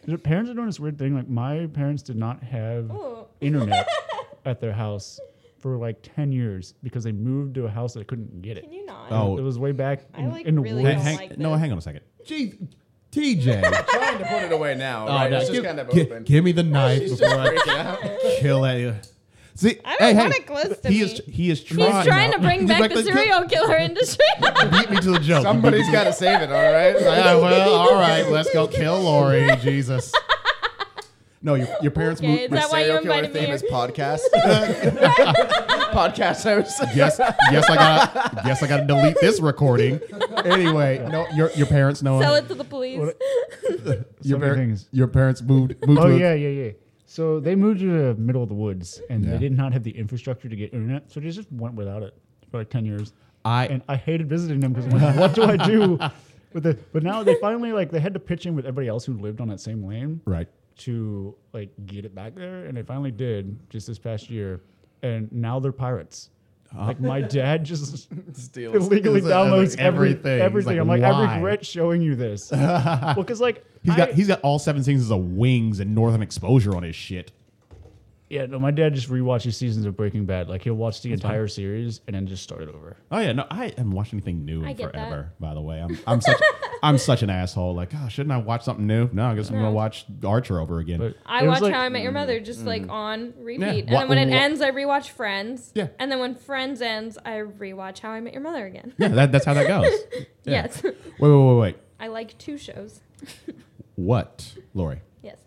C: Your parents are doing this weird thing. Like my parents did not have
D: Ooh.
C: internet at their house for like ten years because they moved to a house that couldn't get it.
D: Can you not?
B: Oh.
C: It was way back
D: I,
C: in,
D: like,
C: in the
D: really
B: Hey,
D: don't
C: woods.
B: hang,
D: like
B: no,
D: this.
B: hang on a second. Jeez, TJ.
A: Trying to put it away now.
B: Oh,
A: right?
B: no,
A: It's just
B: give,
A: kind of
B: gi-
A: open.
B: give me the knife before I
A: Break it out.
B: kill that. See,
D: I
B: hey,
D: don't
B: hey,
D: want it close to
B: he
D: me.
B: is he is
D: He's
B: trying.
D: trying to
B: now.
D: bring
B: He's
D: back the
B: "Let's go-
D: serial killer industry.
B: Beat me to the joke.
A: Somebody's got to save it, all right? Like,
B: Yeah, well, all right, let's go kill Lori. Jesus. No, your, your parents
D: Okay,
B: moved.
D: is that why you
A: serial killer
D: invited me
A: theme
D: here?
A: is podcast. podcast host.
B: Yes, yes, I got. Yes, I got to delete this recording. Anyway, no, your your parents know.
D: Sell it to the police.
B: your,
C: So many
B: par-
C: things.
B: your parents moved. moved
C: Oh
B: to a-
C: yeah, yeah, yeah. So they moved to the middle of the woods, and
B: Yeah.
C: they did not have the infrastructure to get internet, so they just went without it for like ten years.
B: I-
C: and I hated visiting them because like, what do I do? With the, but now they finally like they had to pitch in with everybody else who lived on that same lane
B: Right.
C: to like get it back there, and they finally did just this past year, and now they're pirates. Like my dad just
A: Steals.
C: illegally
B: Oh. Steals
C: downloads
B: uh, every-
C: every,
B: everything. He's
C: everything. I'm
B: like,
C: like,
B: "Why?"
C: I regret showing you this. well, because like
B: He's got
C: I-
B: he's got all seven seasons of Wings and Northern Exposure on his shit.
C: Yeah, no, my dad just rewatches seasons of Breaking Bad. Like he'll watch the entire series and then just start it over.
B: Oh yeah, no, I haven't watched anything new
D: I
B: in
D: get that.
B: forever. By the way, I'm I'm such I'm such an asshole. Like, oh, shouldn't I watch something new? No, I guess I'm gonna
D: No.
B: watch Archer over again.
C: But
D: I
C: it was
D: watch
C: like-
D: How I Met
B: Mm.
D: Your Mother just like on repeat. And
B: Wha-
D: then when it
B: wha-
D: ends, I rewatch Friends.
B: Yeah.
D: And then when Friends ends, I rewatch How I Met Your Mother again.
B: yeah, that, that's how that goes. Yeah.
D: yes.
B: Wait, wait, wait, wait.
D: I like two shows.
B: What, Lori?
D: Yes.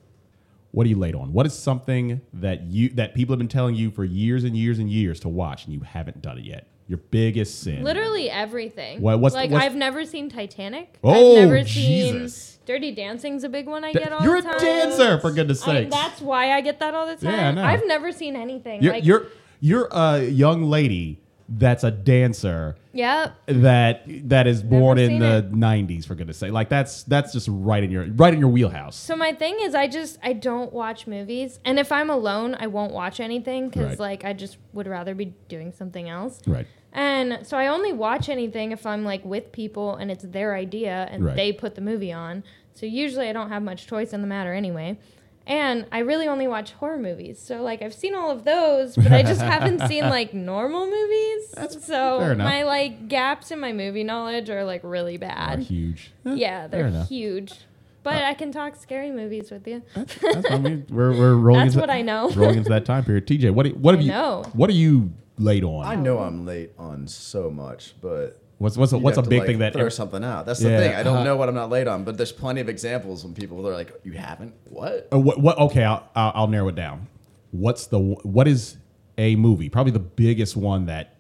B: What are you late on? What is something that you that people have been telling you for years and years and years to watch, and you haven't done it yet? Your biggest sin.
D: Literally everything.
B: What- what's-
D: like
B: what's-
D: I've never seen Titanic.
B: Oh,
D: I've never
B: Jesus.
D: seen Dirty Dancing's a big one I
B: Da-
D: get all
B: you're
D: the
B: a
D: time.
B: dancer, for goodness
D: I-
B: sakes.
D: that's why I get that all the time.
B: Yeah, I know.
D: I've never seen anything.
B: You're,
D: like,
B: you're you're a young lady that's a dancer.
D: Yep.
B: that that is born in
D: seen
B: the 90s for goodness sake like that's that's just right in your right in your wheelhouse
D: So my thing is, I just I don't watch movies, and if I'm alone, I won't watch anything because
B: Right.
D: like I just would rather be doing something else.
B: right
D: And so I only watch anything if I'm like with people and it's their idea and
B: Right.
D: they put the movie on. So usually I don't have much choice in the matter anyway. And I really only watch horror movies. So like I've seen all of those, but I just haven't seen like normal movies.
B: That's
D: so
B: fair enough.
D: my like gaps in my movie knowledge are like really
B: Are
D: bad.
B: huge
D: Yeah,
B: fair
D: they're
B: enough. Uh,
D: huge. But I can talk scary movies with you.
B: that's what I mean. we're, we're rolling
D: That's
B: into,
D: what I know.
B: rolling into that time period tj what do- what have
D: I
B: you
D: know.
B: what are you late on
A: I know I'm late on so much, but
B: what's what's a,
A: you'd
B: what's a
A: have to,
B: big
A: like,
B: thing that
A: throw something out. That's the
B: Yeah,
A: thing. I
D: Uh-huh.
A: don't
B: uh,
A: know what I'm not late on, but there's plenty of examples when people are like, "You haven't what?"
B: Uh, what, what okay I'll, I'll i'll narrow it down what's the what is a movie probably the biggest one that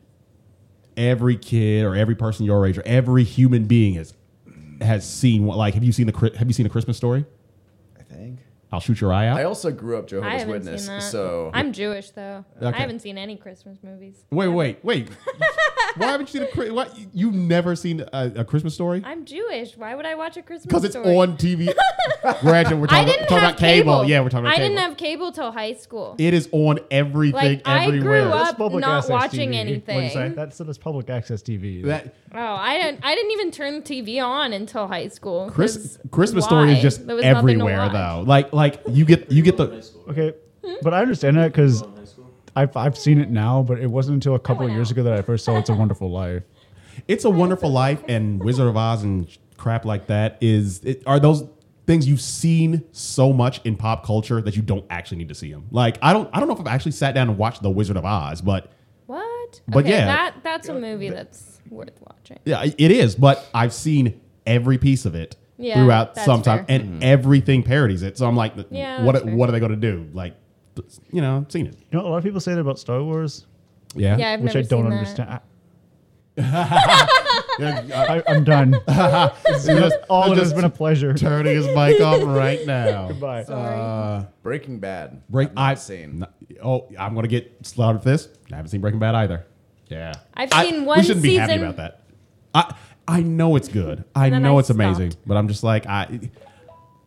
B: every kid or every person your age or every human being has has seen like have you seen the Chri- have you seen a christmas story
A: I think.
B: i'll shoot your eye out
A: I also grew up
D: I
A: Jehovah's
D: haven't
A: Witness,
D: seen that.
A: so
D: I'm Jewish though.
B: Okay.
D: I haven't seen any Christmas movies.
B: Wait, wait, wait. Why haven't you seen a Chri- what? You've never seen a, a Christmas story?
D: I'm Jewish. Why would I watch a Christmas
B: Because it's
D: story?
B: on TV. Granted, we're talking,
D: I
B: about-
D: didn't
B: talking
D: have
B: about cable. Yeah, we're talking about
D: I
B: cable.
D: didn't have cable till high school.
B: it is on everything
D: Like I
B: everywhere.
D: grew up
C: public
D: not
C: access
D: watching
C: TV.
D: anything.
C: That's that's public access TV.
B: That-
D: oh, I didn't. I didn't even turn the TV on until high school.
B: Chris,
D: 'cause
B: Christmas story is
D: why?
B: just
D: There was nothing to
B: everywhere
D: watch.
B: though. Like like you get you get the
C: okay, but I understand that because
E: high school.
C: I've I've seen it now, but it wasn't until a couple of years ago that I first saw It's a Wonderful Life.
B: It's a Wonderful Life and Wizard of Oz and crap like that is it, are those things you've seen so much in pop culture that you don't actually need to see them. Like I don't I don't know if I've actually sat down and watched The Wizard of Oz, but
D: What?
B: But
D: okay,
B: yeah.
D: that that's a movie that's worth watching.
B: Yeah, it is, but I've seen every piece of it
D: Yeah,
B: throughout
D: that's
B: some time,
D: fair.
B: and
A: Mm-hmm.
B: everything parodies it. So I'm like,
D: Yeah,
B: what
D: that's fair.
B: what are they going to do? Like, you know, I've seen it.
F: You know, a lot of people say that about Star Wars,
B: Yeah,
D: Yeah, I've
F: which
D: never
F: I don't
D: seen that.
F: understand. I,
B: yeah.
F: I, I'm done.
B: just,
F: All of uh, it
B: just
F: has been a pleasure.
B: turning his mic off right now.
A: Uh,
F: Goodbye.
D: Sorry.
A: Breaking Bad.
B: Break.
A: I've not
B: I've
A: seen.
B: seen. Oh, I'm gonna get slaughtered for this. I haven't seen Breaking Bad either. Yeah,
D: I've
B: I-
D: seen one
B: We shouldn't be happy
D: season.
B: about that. I I know it's good. I
D: And then
B: know
D: I
B: it's amazing,
D: stopped.
B: but I'm just like I.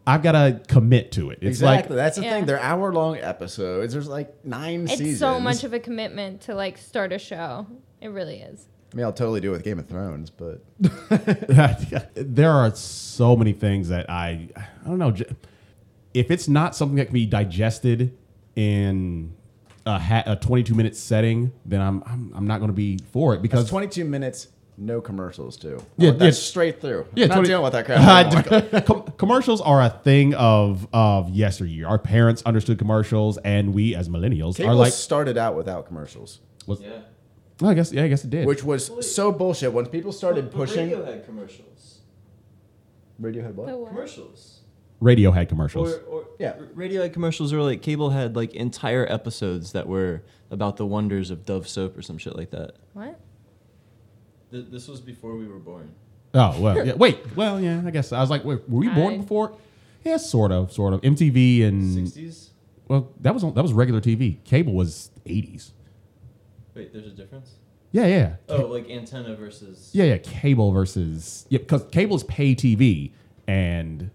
B: I've got to commit to it. It's
A: Exactly.
B: like
A: That's the
D: Yeah.
A: thing. They're hour long episodes. There's like nine
D: It's
A: seasons.
D: so much of a commitment to like start a show. It really is.
A: I mean, I'll totally do it with Game of Thrones, but
B: there are so many things that I I don't know. j- If it's not something that can be digested in a, ha- a 22 minute setting, then I'm I'm, I'm not going to be for it because
A: that's 22 minutes, no commercials too. I
B: Yeah,
A: want that
B: yeah.
A: straight through.
B: Yeah,
A: I'm not
B: 20
A: dealing with that crap.
B: I
A: anymore.
B: do- Com- commercials are a thing of of yesteryear. Our parents understood commercials, and we as millennials
A: Cable
B: are like,
A: started out without commercials,
B: was-
E: Yeah.
B: oh, I guess yeah, I guess it did.
A: which was so bullshit. Once people started pushing,
E: Radiohead commercials.
A: Radiohead what?
D: The what?
E: Commercials.
B: radio had commercials.
E: Or, or
A: Yeah.
E: r- Radiohead commercials or like cable had like entire episodes that were about the wonders of Dove soap or some shit like that.
D: What?
E: Th- this was before we were born.
B: oh well, yeah, wait, well yeah, I guess I was like, wait, were we born
D: I-
B: before? Yeah, sort of, sort of. MTV
E: Mm.
B: and
E: 60s.
B: well, that was on, that was regular TV. Cable was 80s.
E: Wait, there's a difference.
B: Yeah, yeah,
E: Oh, like antenna versus.
B: yeah, yeah. Cable versus yeah, because cable is pay TV and.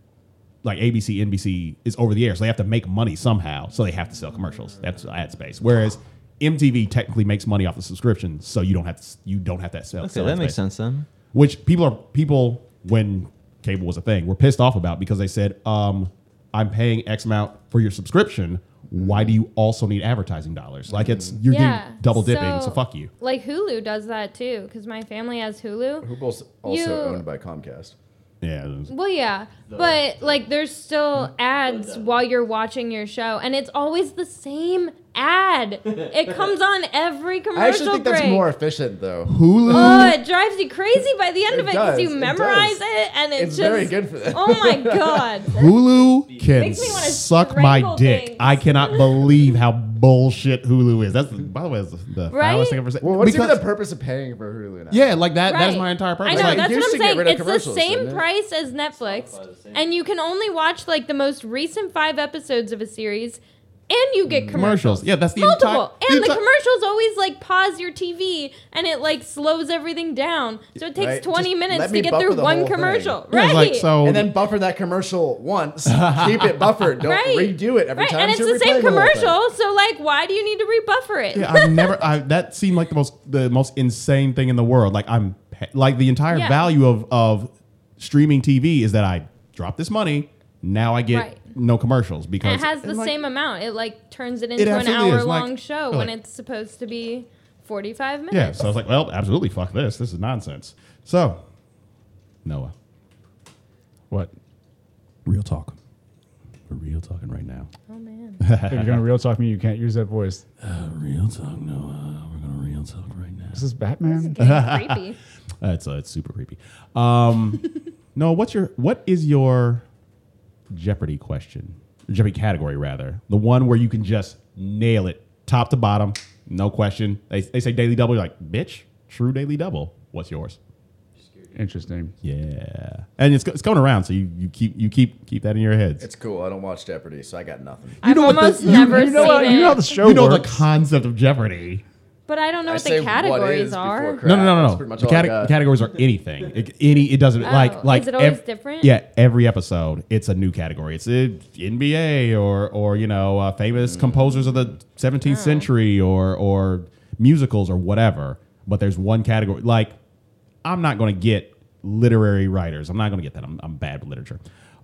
B: Like ABC, NBC is over the air, so they have to make money somehow. So they have to sell commercials. That's ad space. Whereas MTV technically makes money off the subscription, so you don't have to, you don't have that sell.
E: Okay,
B: sell
E: that
B: ad
E: makes
B: space.
E: sense then.
B: which people are people when cable was a thing were pissed off about because they said um, i'm paying x amount for your subscription why do you also need advertising dollars like it's you're
D: Yeah,
B: getting double dipping so,
D: so-
B: fuck you
D: Like Hulu does that too, because my family has Hulu.
A: Who both also
D: You-
A: owned by Comcast.
B: yeah it was-
D: Well, yeah, but like there's still ads
E: that.
D: while you're watching your show, and it's always the same ad. It comes on every commercial
A: I actually think
D: break.
A: that's more efficient though.
B: hulu
D: Oh, it drives you crazy by the end
A: It
D: of it because you
A: does, it
D: memorize
A: does.
D: it, and it's,
A: It's
D: just
A: very good for that.
D: Oh my god!
B: hulu can
D: Makes me wanna
B: suck my
D: strangle
B: dick
D: things.
B: i cannot believe how bullshit hulu is that's by the way that's the
D: Right?
B: foulest thing i've ever said
A: Well, what's even
B: Because-
A: the purpose of paying for Hulu now?
B: yeah like that that's
D: Right.
B: my entire purpose
D: I know
B: Like,
D: that's
A: you
D: what
A: used
D: I'm
A: to get rid
D: saying.
A: of
D: It's the
A: commercials,
D: same
A: didn't it?
D: price as
E: Spotify the
D: Netflix,
E: same.
D: and you can only watch like the most recent five episodes of a series, and you
A: Mm.
D: get commercials.
B: commercials yeah that's the
D: Multiple,
B: entire
D: and the
B: entire-
D: commercials always like pause your TV, and it like slows everything down. So it takes
A: Right.
D: 20
A: Just
D: minutes
A: let
D: to
A: me
D: get
A: buffer
D: through
A: the
D: one
A: whole thing.
D: commercial,
B: Yeah,
D: right?
B: it's like so
A: And then buffer that commercial once. Keep it buffered. Don't
D: Right.
A: redo it every
D: right,
A: time.
D: and it's
A: so
D: the
A: replay
D: same
A: whole thing.
D: commercial. So like, why do you need to rebuffer it?
B: Yeah, I've never. I, that seemed like the most the most insane thing in the world. Like I'm pa- like the entire
D: Yeah.
B: value of of streaming TV is that I drop this money. Now I get
D: Right.
B: no commercials
D: And
B: because
D: it has the
B: and, like,
D: same amount. It like turns it into an
B: absolutely
D: hour
B: is, like-
D: long show
B: like-
D: when it's supposed to be 45 minutes.
B: Yeah, so I was like, well, absolutely, fuck this. This is nonsense. So, Noah,
C: What?
B: real talk. We're real talking right now.
D: oh man.
C: If you're gonna real talk me, you can't use that voice.
B: Uh, Real talk, Noah. We're gonna real talk right now.
C: This is Batman.
D: Getting creepy.
B: That's uh, it's super creepy. Um, no, what's your what is your Jeopardy question? Jeopardy category rather, the one where you can just nail it top to bottom, no question. They, they say daily double, you're like bitch, true daily double. What's yours?
C: Interesting.
B: Yeah, and it's, go- it's going around, so you, you keep you keep keep that in your heads.
A: It's cool. I don't watch Jeopardy, so I got nothing.
D: I've
B: know what the-
D: almost
B: you-
D: never
B: you know
D: seen
B: what-
D: it.
B: you
C: know the show
B: you know the
C: works.
B: concept of Jeopardy.
D: but I don't know
A: I
D: what
A: say
D: the
A: what
D: categories
A: is
D: are.
A: before
B: No, no, no,
A: That's
B: no,
A: pretty
B: no.
A: much
B: The
A: all I
B: cate-
A: got.
B: categories are anything. It, any, it doesn't Oh, like
D: is
B: like
D: it always different?
B: Yeah, every episode, it's a new category. It's uh NBA or or you know uh, famous composers of the 17th
D: Oh.
B: century or or musicals or whatever. But there's one category. Like, I'm not going to get literary writers. I'm not going to get that. I'm, I'm bad with literature.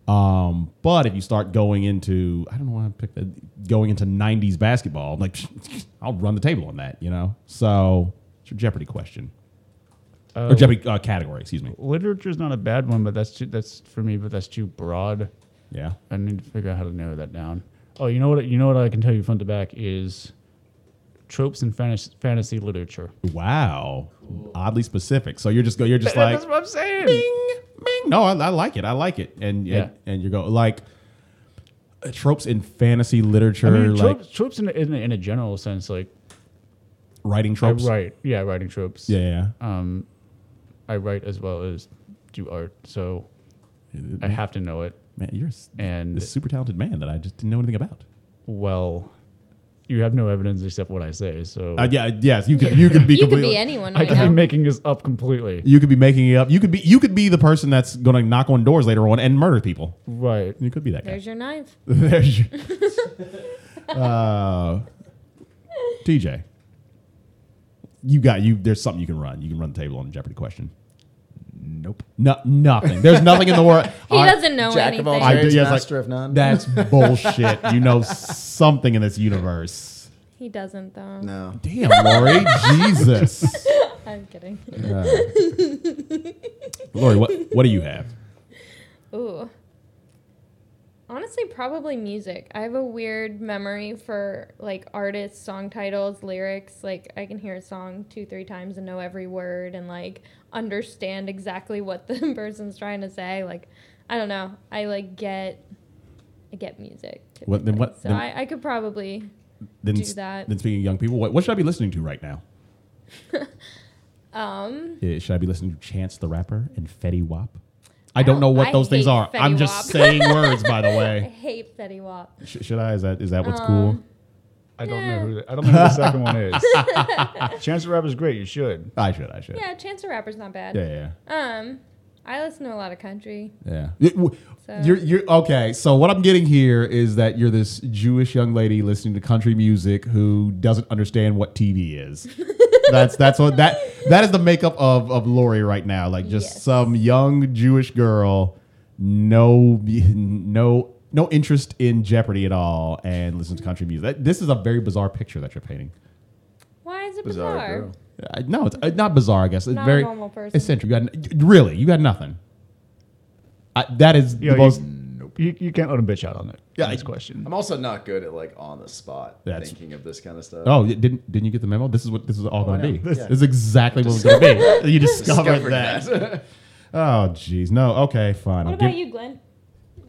B: Um, but if you start going into, I don't know why I picked that, going into 90s basketball, I'm like I'll run the table on that, you know. So it's your Jeopardy question or Jeopardy uh, category, excuse me.
C: Literature's not a bad one, but that's too, that's for me. But that's too broad.
B: Yeah.
C: I need to figure out how to narrow that down. Oh, you know what? You know what I can tell you front to back is tropes in fantasy, fantasy literature.
B: Wow. Oddly specific. So you're just go. You're just like
C: that's what I'm saying.
B: bing, bing. no, I, I like it. I like it. And
C: Yeah.
B: and, and you go like uh, tropes in fantasy literature,
C: I mean,
B: like
C: tropes, tropes in, a, in, a, in a general sense, like
B: writing tropes.
C: I write, yeah, writing tropes.
B: Yeah, yeah.
C: Um, I write as well as do art, so I have to know it.
B: man, you're s-
C: And
B: this super talented man that I just didn't know anything about.
C: well, you have no evidence except what I say, so
B: Uh, yeah, yes, you could you could be
D: you could
B: completely.
D: be anyone
C: I
D: right
C: could be
D: now.
C: making this up completely.
B: you could be making it up. You could be you could be the person that's going to knock on doors later on and murder people.
C: Right.
B: You could be that guy.
D: There's your knife.
B: There's your, uh, TJ. You got you. There's something you can run. You can run the table on a Jeopardy question.
A: Nope.
B: No, nothing. There's nothing in the world.
D: He
B: I-
D: doesn't know
A: Jack of
D: anything.
A: all
B: I do-
A: trades,
B: yeah, it's like-
A: master of none.
B: That's bullshit. You know something in this universe.
D: he doesn't though.
A: no.
B: Damn, Lori. Jesus.
D: I'm kidding.
B: Lori, what what do you have?
D: Ooh. Honestly, probably music. I have a weird memory for like artists, song titles, lyrics. Like I can hear a song two, three times and know every word and like understand exactly what the person's trying to say. Like I don't know. I like get I get music.
B: What- then what-
D: So
B: then-
D: I, I could probably
B: Then,
D: Do that.
B: Then speaking of young people, what, what should I be listening to right now?
D: um
B: Uh, Should I be listening to Chance the Rapper and Fetty Wap? I don't know what
D: Oh, I
B: those things
D: hate
B: are.
D: Fetty
B: I'm just
D: Wap.
B: saying words, by the
D: I
B: way.
D: hate Fetty Wap.
B: Sh- should I? Is that is that what's
D: Um,
B: cool?
C: I don't know who the, I don't know who the second one is. Chance the Rapper's great. You should.
B: I should. I should.
D: Yeah, Chance the Rapper's not bad.
B: Yeah. Yeah.
D: Um I listen to a lot of country.
B: Yeah. It- w-
D: So-
B: You're you're okay. So what I'm getting here is that you're this Jewish young lady listening to country music who doesn't understand what TV is. that's that's what that that is the makeup of of Lori right now. Like just
D: Yes.
B: some young Jewish girl, no no no interest in Jeopardy at all, and listens to country music. That- this is a very bizarre picture that you're painting.
D: Why is it
A: Bizarre
D: bizarre?
A: girl.
B: Uh, no, it's uh, not bizarre. I guess it's
D: Not a
B: very
D: normal person.
B: eccentric. You got n- really, you got nothing. I, that is
C: Yeah, you-
B: the most.
C: You, you can't let him bitch out on it.
B: Yeah,
C: Yeah, this
B: I-
C: question.
A: I'm also not good at like on the spot
B: That's-
A: thinking of this kind of stuff.
B: Oh, you didn't didn't you get the memo? This is what this is all going
A: I
B: to be.
A: know. This-
B: This is exactly what it's going to be. You discovered,
A: Discovered
B: that. Oh, jeez. No. Okay. Fine.
D: What
B: I'll
D: about
B: give-
D: you, Glenn?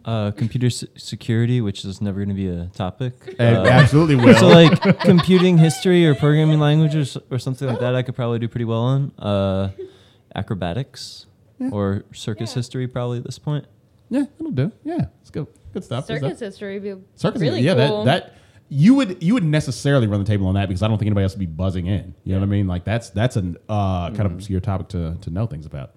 E: Uh, computer s- security, which is never going to be a topic.
B: Uh,
E: Uh,
B: absolutely will.
E: so like computing history or programming languages or something like that, I could probably do pretty well on. Uh, acrobatics or circus
D: Yeah.
E: history, probably at this point.
B: yeah, it'll do. Yeah, let's go. Good stuff. Good
D: Circus
B: stuff.
D: history would be
B: Circus.
D: really
B: yeah,
D: cool.
B: that that you would you would necessarily run the table on that because I don't think anybody else would be buzzing in. You know what I mean? Like that's that's an uh, kind of obscure topic to to know things about.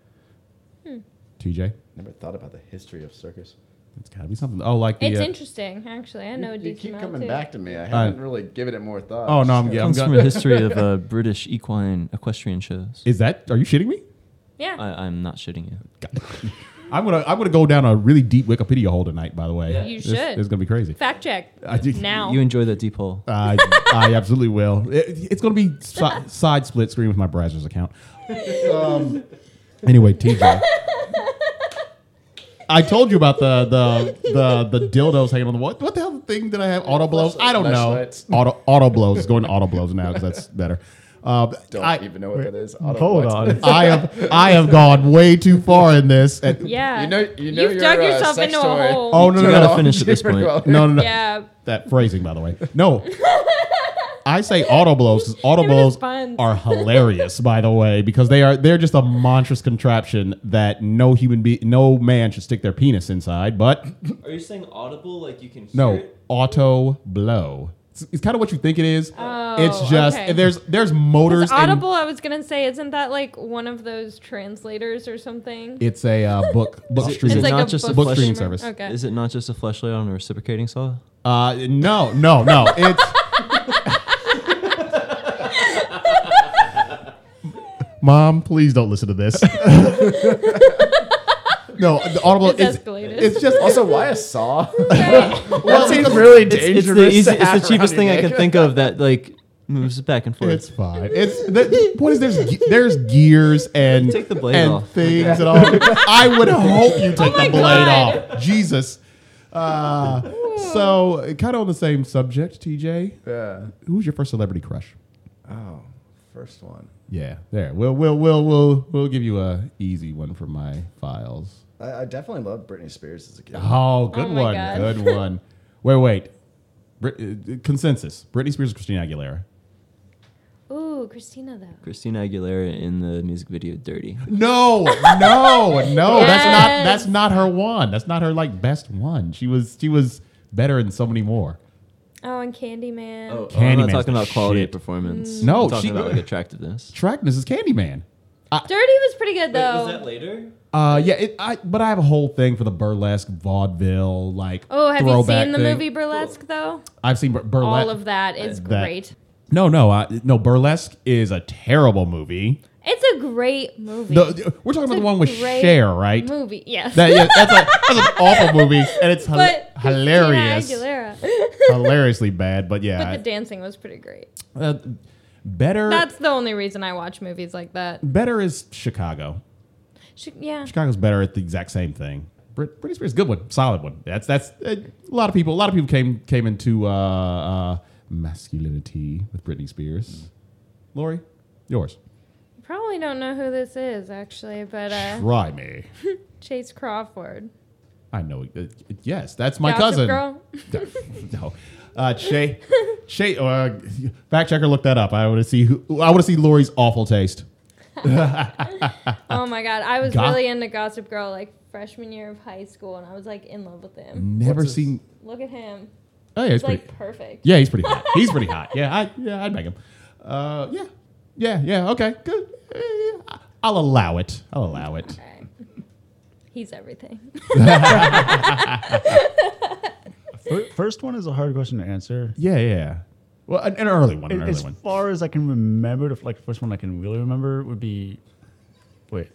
D: Hmm.
B: TJ,
A: Never thought about the history of circus.
B: it's got to be something. Oh, like the.
D: it's
B: uh,
D: interesting, actually. I know a
A: You, you
D: decent
A: keep
D: amount,
A: coming
D: too.
A: back to me. I haven't really given it more thought.
B: oh no, I'm,
A: Just-
B: yeah, I'm
E: Comes from
B: going.
E: a history of uh, British equine equestrian shows.
B: Is that? Are you shitting me?
D: Yeah.
A: Uh,
E: I, I'm not shitting you.
B: I'm gonna I'm gonna go down a really deep Wikipedia hole tonight. By the way,
E: Yeah.
D: You
B: This-
D: should.
B: It's gonna be crazy.
D: Fact check.
B: I do-
D: now.
E: You enjoy that deep hole.
B: I, I absolutely will. It, it's going to be si- side split screen with my browser's account. Um, anyway, TJ. I told you about the the the, the dildos hanging on the wall. What the hell thing did I have? Auto blows? I don't know.
A: Flashlights.
B: Auto auto blows. It's going to auto blows now because that's better. Um,
A: Don't
B: I,
A: even know what that is. Auto
C: Hold
A: what?
C: on.
B: I have I have gone way too far in this. And,
D: yeah.
A: You know, you know
D: have
A: your,
D: dug
A: uh,
D: yourself
A: sex
D: into
A: toy.
D: a hole.
B: oh no
E: You
B: no no!
E: gotta finish at this point.
B: No no no!
D: Yeah.
B: That phrasing, by the way. No. I say auto blows because auto
D: It was
B: blows
D: fun.
B: are hilarious, by the way, because they are they're just a monstrous contraption that no human be no man should stick their penis inside. But
E: Are you saying audible? Like you can hear
B: no, auto blow. It's, it's kind of what you think it is.
D: Oh,
B: it's just
D: okay.
B: there's there's
D: 'Cause
B: motors. and-
D: Audible, I was going to say, isn't that like one of those translators or something?
B: it's a uh, book book
E: it-
B: streaming.
E: is it
D: like
E: not just a
B: book
E: flesh-
B: streaming service?
D: Okay.
E: Is it not just a flashlight on a reciprocating saw?
B: Uh, no, no, no. It's Mom, please don't listen to this. no, the audible.
D: It's
B: It's,
D: escalated.
B: it's just
A: Also, why a saw?
B: well,
A: that seems really dangerous.
E: It's the easy,
A: to
E: it's
A: have
E: the cheapest
A: around
E: thing
A: your
E: I
A: neck.
E: can think of that like moves back and forth.
B: It's fine. It's the, the point is there's ge- there's gears and
E: Take the blade
B: and
E: off.
B: things and all. I would hope you take
D: Oh my
B: the blade
D: God.
B: off. Jesus. Uh, so kind of on the same subject, TJ.
A: Yeah.
B: Who's your first celebrity crush?
A: Oh, First one.
B: Yeah, there. We'll we'll we'll we'll we'll give you a easy one from my files.
A: I, I definitely loved Britney Spears as a kid.
E: Ah.
B: Oh, good
D: my
B: one.
D: God.
B: Good one. Wait, wait. Brit- uh, consensus: Britney Spears, or Christina Aguilera.
D: Ooh, Christina though.
E: Christina Aguilera in the music video "Dirty."
B: No, no, no. That's not
D: Yes.
B: that's not her one. That's not her like best one. She was she was better in so many more.
D: Oh, and Candyman.
E: Oh, I'm
B: Candyman's
E: not talking about
B: the
E: quality
B: shit.
E: of performance.
B: No,
E: I'm
B: she-
E: talking about like attractiveness.
B: Trackness is Candyman.
D: Dirty was pretty good though.
E: later?
B: Uh, yeah. It, I but I have a whole thing for the burlesque vaudeville like.
D: oh, have you
B: throwback
D: seen the
B: thing.
D: movie Burlesque though?
B: I've seen bur- burlesque.
D: All of that is
B: That-
D: great.
B: No, no, I, no. Burlesque is a terrible movie.
D: It's a great movie.
B: The- the- we're talking about the
D: It's a
B: one with
D: great
B: Cher, right?
D: Movie, yes.
B: That, yeah, that's, a, that's an awful movie, and it's hil-
D: but Christina
B: hilarious,
D: Aguilera.
B: hilariously bad. But
D: but
B: yeah,
D: the dancing was pretty great.
B: uh, better
D: That's the only reason I watch movies like that.
B: better is Chicago.
D: She, yeah.
B: Chicago's better at the exact same thing. Brit- Britney Spears, good one, solid one. That's that's uh, a lot of people. A lot of people came came into uh, uh, masculinity with Britney Spears. Lori, yours.
D: Probably don't know who this is actually, but uh,
B: Try me.
D: Chase Crawford.
B: I know. Uh, yes, that's my cousin.
D: Gossip Girl.
B: no. Uh, Shay, Shay, uh, fact checker, look that up. I want to see who. I want to see Lori's awful taste.
D: Oh my god, I was
B: Uh, Goth-
D: really into Gossip Girl like freshman year of high school, and I was like in love with him.
B: Never
A: What's his-
B: seen.
D: Look at him.
B: Oh yeah, Mm. he's
D: He's
B: pretty.
D: like perfect.
B: yeah, he's pretty hot. He's pretty hot. Yeah, I yeah, I'd bang him. Uh, yeah, yeah, yeah. Okay, good. Eh, I- I'll allow it. I'll allow it.
D: Okay. He's everything.
C: Fir- First one is a hard question to answer.
B: Yeah, yeah. Well, an, an early one, an
C: A-
B: early
C: as
B: one.
C: far as I can remember, the f- like first one I can really remember would be, wait,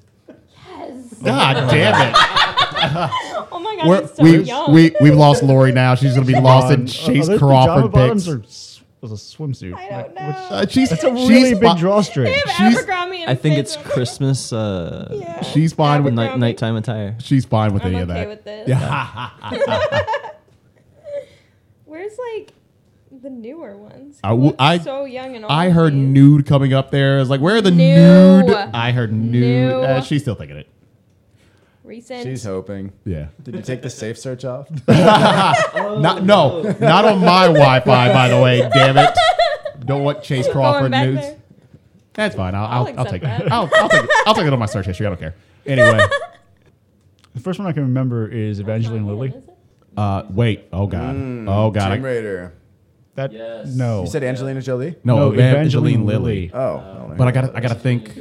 B: God damn it!
D: Oh my god,
B: We're,
D: he's so
B: we
D: young.
B: we we've lost Lori now. She's gonna be lost in
C: John-
B: Chase
C: are those
B: Crawford
C: pajama bottoms
B: picks.
C: or s- was a swimsuit?
D: I don't
C: Like, which-
D: know.
B: Uh, she's
C: that's a
B: she's
C: really big
B: fi-
D: They
C: drawstring.
D: have
B: she's-
D: Abercrombie and
E: I think it's
D: Fitch.
E: Christmas. Uh,
D: Yeah.
B: She's fine with
E: Night,
D: Abercrombie.
E: nighttime attire.
B: She's fine with
D: I'm
B: any
D: okay
B: of that.
D: with this.
B: Yeah.
D: Where's like the newer ones?
B: I
D: He
B: w-
D: looks
B: I-
D: so young and all
B: I heard
D: these.
B: nude coming up there. I was like, where are the
D: No.
B: nude? I heard nude.
D: No.
B: Uh, she's still thinking it.
D: recent.
A: She's hoping.
B: Yeah.
A: Did you take the safe search off?
B: Not, no, not on my Wi Fi, by the way. Damn it. Don't want Chase
D: Going
B: Crawford
D: back
B: nudes.
D: there.
B: That's fine. I'll, I'll, I'll,
D: I'll
B: take
D: accept
B: it.
D: that.
B: I'll, I'll take it. I'll take it on my search history. I don't care. Anyway.
C: The first one I can remember is Evangeline Lilly.
B: Uh, wait. Oh, God. oh, God.
A: Tomb
B: I,
A: Raider.
C: That
E: Yes.
C: no.
A: You said Angelina Jolie?
B: no,
C: No,
B: Evangeline
C: Evangeline
B: Lilly.
C: Lilly.
A: Oh. I don't know.
B: But I got I gotta think.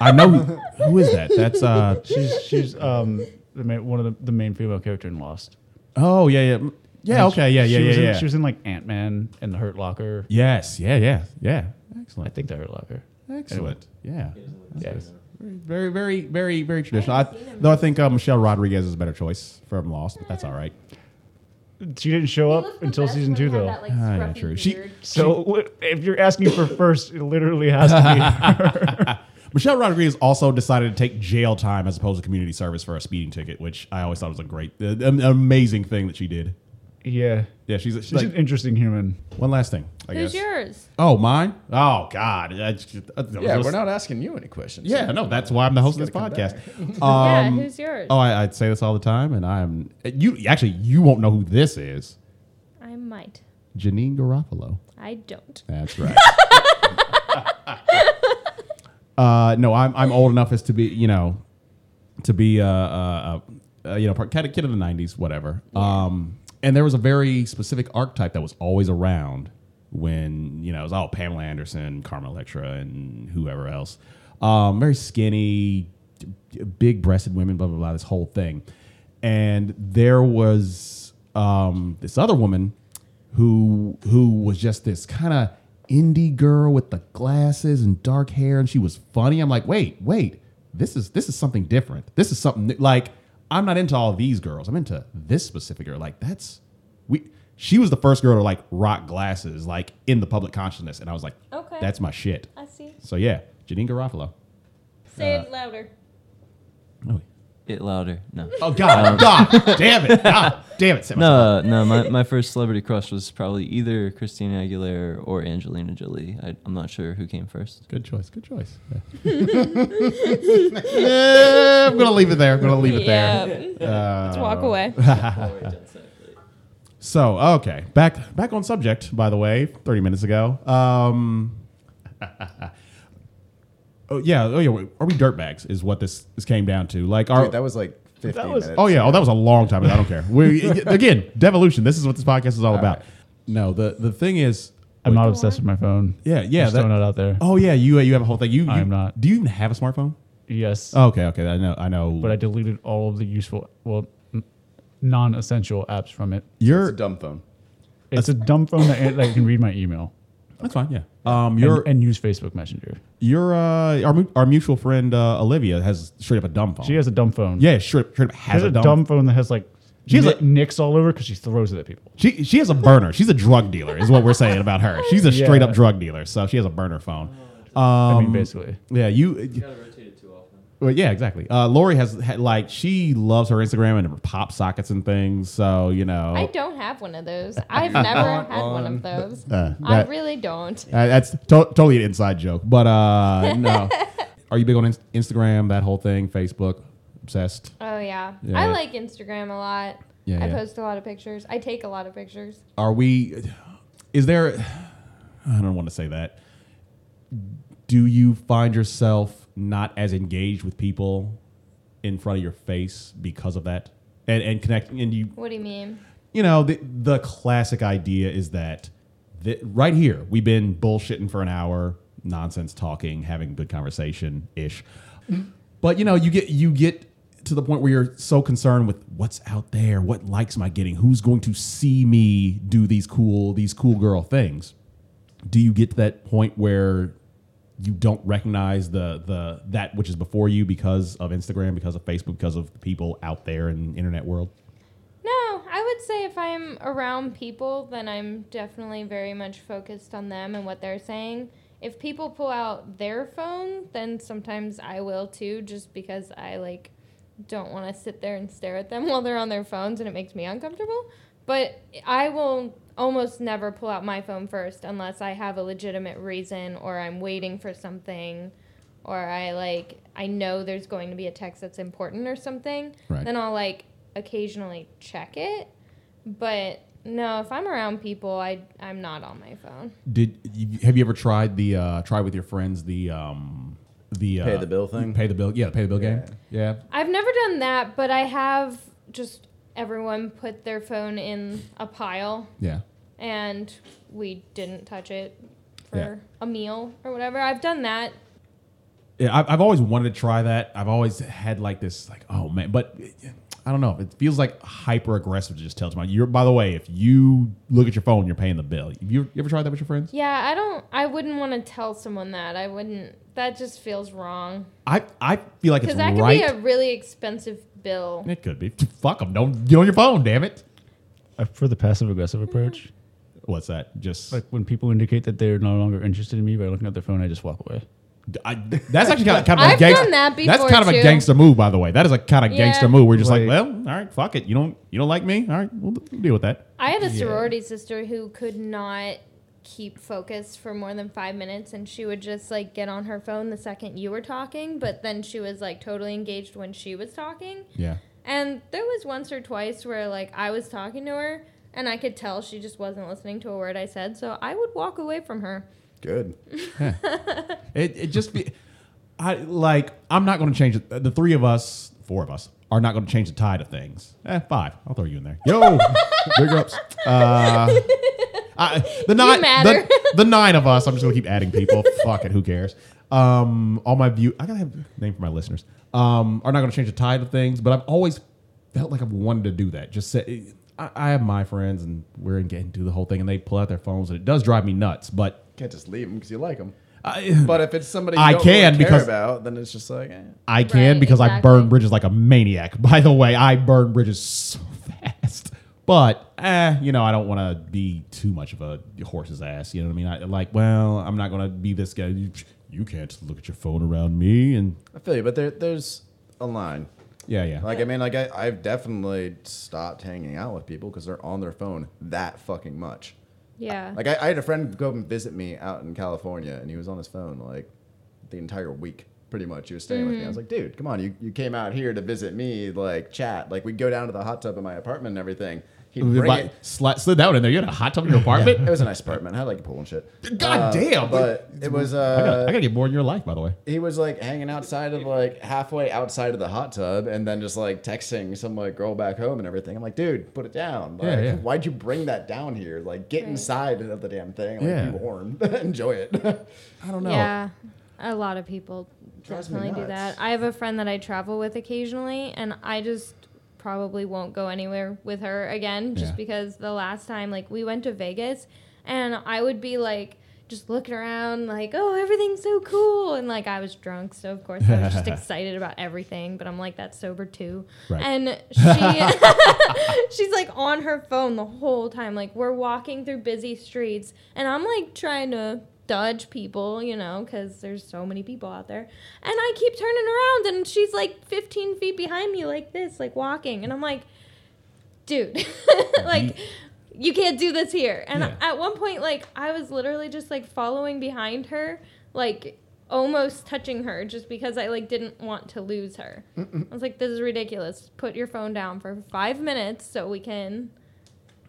B: I know who, who is that. That's uh.
C: she's she's um the ma- one of the, the main female character in Lost.
B: Oh yeah yeah yeah
C: And she-
B: okay yeah yeah
C: she
B: yeah
C: was in,
B: yeah.
C: She was in like Ant Man and the Hurt Locker.
B: Yes. Yeah. Yeah. Yeah.
C: I
B: Excellent.
C: think the Hurt Locker.
B: Excellent. Yeah.
C: Yes.
B: Very, very, very, very traditional. I, though I think uh, Michelle Rodriguez is a better choice from Lost, but that's all right.
C: She didn't show up until season two though.
B: Ah, yeah, true. She-
C: so w- if you're asking for first, it literally has to be
B: Michelle Rodriguez also decided to take jail time as opposed to community service for a speeding ticket, which I always thought was a great, uh, an amazing thing that she did.
C: Yeah.
B: Yeah, she's, she's
C: She's
B: like,
C: an interesting human.
B: one last thing. I
D: Who's
B: guess.
D: yours?
B: Oh, mine? Oh God. I just- I was-
A: yeah, we're not asking you any questions.
B: Yeah, no, that's why I'm the host of this
A: Just gotta
B: podcast.
D: yeah,
B: Um,
D: who's yours?
B: oh, I, I say this all the time, and I'm you. Actually, you won't know who this is.
D: I might.
B: Janine Garofalo.
D: I don't.
B: That's right. uh, no, I'm I'm old enough as to be you know, to be uh, uh, uh, uh, you know part- kind of kid of the '90s, whatever. Um, and there was a very specific archetype that was always around when you know it was all Pamela Anderson, Carmen Electra, and whoever else. Um, very skinny, big-breasted women, blah blah blah. This whole thing, and there was um, this other woman who who was just this kind of indie girl with the glasses and dark hair and she was funny i'm like wait wait this is this is something different this is something new. like i'm not into all these girls i'm into this specific girl like that's we she was the first girl to like rock glasses like in the public consciousness and i was like
D: Okay.
B: that's uh, my shit
D: I see.
B: so yeah janine garofalo
D: Say it louder.
B: oh
E: It louder. No.
B: Oh God, God, damn it, God, damn it. Sam.
E: No, Uh, no. My, my first celebrity crush was probably either Christina Aguilera or Angelina Jolie. I, I'm not sure who came first.
B: Good choice. Good choice. Yeah, I'm gonna leave it there. I'm gonna leave it
D: yeah.
B: there. Uh,
D: Let's walk away.
B: So okay, back back on subject. By the way, thirty minutes ago. Um, oh yeah, oh yeah. wait, Are we dirtbags? Is what this this came down to? Like, are
A: Dude, that was like 15
C: was-
A: minutes.
B: oh yeah, oh that was a long time ago. I don't care. We again, devolution. This is what this podcast is all, about.
A: right.
B: No, the the thing is,
C: I'm not obsessed with my phone.
B: yeah, yeah.
C: Just
B: that-
C: throwing it out there.
B: Oh yeah, you you have a whole thing. You, you
C: I'm not.
B: Do you even have a smartphone?
C: Yes.
B: Oh, okay, okay. I know, I know.
C: But I deleted all of the useful, well, n- non-essential apps from it.
A: It's
B: you're
A: a dumb phone.
C: It's a dumb phone that, that can read my email
B: that's fine. Yeah. Um,
C: and,
B: your
C: and use Facebook Messenger.
B: your uh our, mu- our mutual friend uh, Olivia has straight up a dumb phone.
C: She has a dumb phone.
B: yeah, straight, straight up
C: She
B: has
C: has
B: a,
C: a
B: dumb.
C: dumb phone that has like
B: She
C: she
B: has
C: has
B: a-
C: nicks all over because she throws it at people.
B: She she has a burner. She's a drug dealer, is what we're saying about her. She's a
C: Yeah.
B: straight up drug dealer, so she has a burner phone. Um,
C: I mean, basically.
B: yeah, you.
E: Gotta rotate it too often.
B: Well, yeah, exactly. Uh, Lori has had, like she loves her Instagram and her pop sockets and things. So you know,
D: I don't have one of those. I've never had one of those.
B: Uh,
D: I
B: that-
D: really don't.
B: Uh, that's to- totally an inside joke, but uh, no. Are you big on in- Instagram? That whole thing, Facebook, obsessed.
D: Oh yeah.
B: Yeah.
D: I like Instagram a lot.
B: Yeah,
D: I
B: yeah.
D: post a lot of pictures. I take a lot of pictures.
B: Are we? Is there? I don't want to say that. Do you find yourself not as engaged with people in front of your face because of that, and and connecting? And you
D: What do you mean?
B: you know, the, the classic idea is that th right here, we've been bullshitting for an hour, nonsense talking, having good conversation ish. But you know, you get you get to the point where you're so concerned with what's out there, what likes am I getting, who's going to see me do these cool these cool girl things. Do you get to that point where you don't recognize the the that which is before you because of Instagram, because of Facebook, because of the people out there in the internet world?
D: No, I would say if I'm around people, then I'm definitely very much focused on them and what they're saying. If people pull out their phone, then sometimes I will too, just because I like don't want to sit there and stare at them while they're on their phones and it makes me uncomfortable. But I will almost never pull out my phone first unless I have a legitimate reason or I'm waiting for something or I like I know there's going to be a text that's important or something.
B: Right.
D: Then I'll like occasionally check it. But no, if I'm around people, I I'm not on my phone.
B: Did you- have you ever tried the uh, try with your friends the um, the uh,
A: Pay the bill thing?
B: Pay the bill, yeah, pay the bill game, yeah.
D: I've never done that, but I have just everyone put their phone in a pile
B: yeah.
D: and we didn't touch it for
B: Yeah.
D: a meal or whatever. I've done that.
B: Yeah, I've, I've always wanted to try that. I've always had like this, like, oh man, but I don't know. It feels like hyper aggressive to just tell someone. You're, by the way, if you look at your phone, you're paying the bill. You, you ever tried that with your friends?
D: Yeah, I don't I wouldn't want to tell someone that. I wouldn't that just feels wrong.
B: I, I feel like it's
D: Because that could
B: right.
D: be a really expensive bill.
B: it could be. Fuck them. Don't get on your phone. Damn it.
C: I prefer the passive aggressive approach.
B: What's that? Just
C: Like when people indicate that they're no longer interested in me by looking at their phone, I just walk away.
B: I, that's actually kind of, kind of a
D: I've
B: gangster.
D: done that
B: that's
D: before,
B: kind of a
D: too.
B: gangster move, by the way. That is a kind of
D: Yeah.
B: gangster move. We're just like,
C: Like-
B: well, all right, fuck it. You don't you don't like me? All right, we'll d- deal with that.
D: I had a sorority sister who could not keep focus for more than five minutes, and she would just like get on her phone the second you were talking, but then she was like totally engaged when she was talking.
B: Yeah.
D: And there was once or twice where like I was talking to her, and I could tell she just wasn't listening to a word I said, so I would walk away from her.
A: Good.
B: It, it just be, I like I'm not going to change it. The three of us, four of us, are not going to change the tide of things. Eh, five. I'll throw you in there. Yo, big ups. Uh, I, the nine,
D: matter.
B: the, the nine of us. I'm just going to keep adding people. Fuck it, who cares? Um, all my view. I gotta have a name for my listeners. Um, are not going to change the tide of things, but I've always felt like I've wanted to do that. Just say. I I have my friends, and we're getting to the whole thing, and they pull out their phones, and it does drive me nuts. But
A: Can't just leave them because you like them.
B: I,
A: But if it's somebody you
B: I
A: don't
B: can
A: really
B: because-
A: care about, then it's just like, eh.
B: I can
D: Right,
B: because I
D: exactly.
B: burn bridges like a maniac. By the way, I burn bridges so fast. But eh, you know, I don't want to be too much of a horse's ass. You know what I mean? I, like, well, I'm not gonna be this guy. You, you can't look at your phone around me, and
A: I feel you. But there, there's a line.
B: Yeah, yeah.
A: Like I mean, like I, I've definitely stopped hanging out with people because they're on their phone that fucking much.
D: Yeah.
A: Like I, I had a friend go and visit me out in California, and he was on his phone like the entire week, pretty much. He was staying with me. I was like, dude, come on, you, you came out here to visit me, like chat, like we'd go down to the hot tub in my apartment and everything. He'd bring
B: But
A: it.
B: sli- slid that one in there. You had a hot tub in your apartment.
A: It was a nice apartment. I had like a pool and shit.
B: God
A: Uh,
B: damn,
A: But it was. Uh,
B: I, gotta, I gotta get more in your life, by the way.
A: he was like hanging outside of like halfway outside of the hot tub and then just like texting some like girl back home and everything. I'm like, dude, put it down. Like,
B: Yeah, yeah.
A: why'd you bring that down here? Like, get
D: Right.
A: inside of the damn thing. Like,
B: Yeah.
A: be warm. Enjoy it.
B: I don't know.
D: Yeah, a lot of people
A: Drives me
D: definitely do
A: nuts.
D: that. I have a friend that I travel with occasionally, and I just probably won't go anywhere with her again just
B: Yeah.
D: because the last time, like, we went to Vegas, and I would be like, just looking around, like, oh, everything's so cool. And like, I was drunk, so of course I was just excited about everything, but I'm like, that's sober too.
B: Right.
D: And she, she's like on her phone the whole time. Like, we're walking through busy streets, and I'm like trying to dodge people, you know, because there's so many people out there. And I keep turning around, and she's like 15 feet behind me, like this, like walking. And I'm like, dude, like, you can't do this here. And
B: Yeah.
D: at one point, like, I was literally just like following behind her, like, almost touching her just because I like didn't want to lose her. I was like, this is ridiculous. Put your phone down for five minutes so we can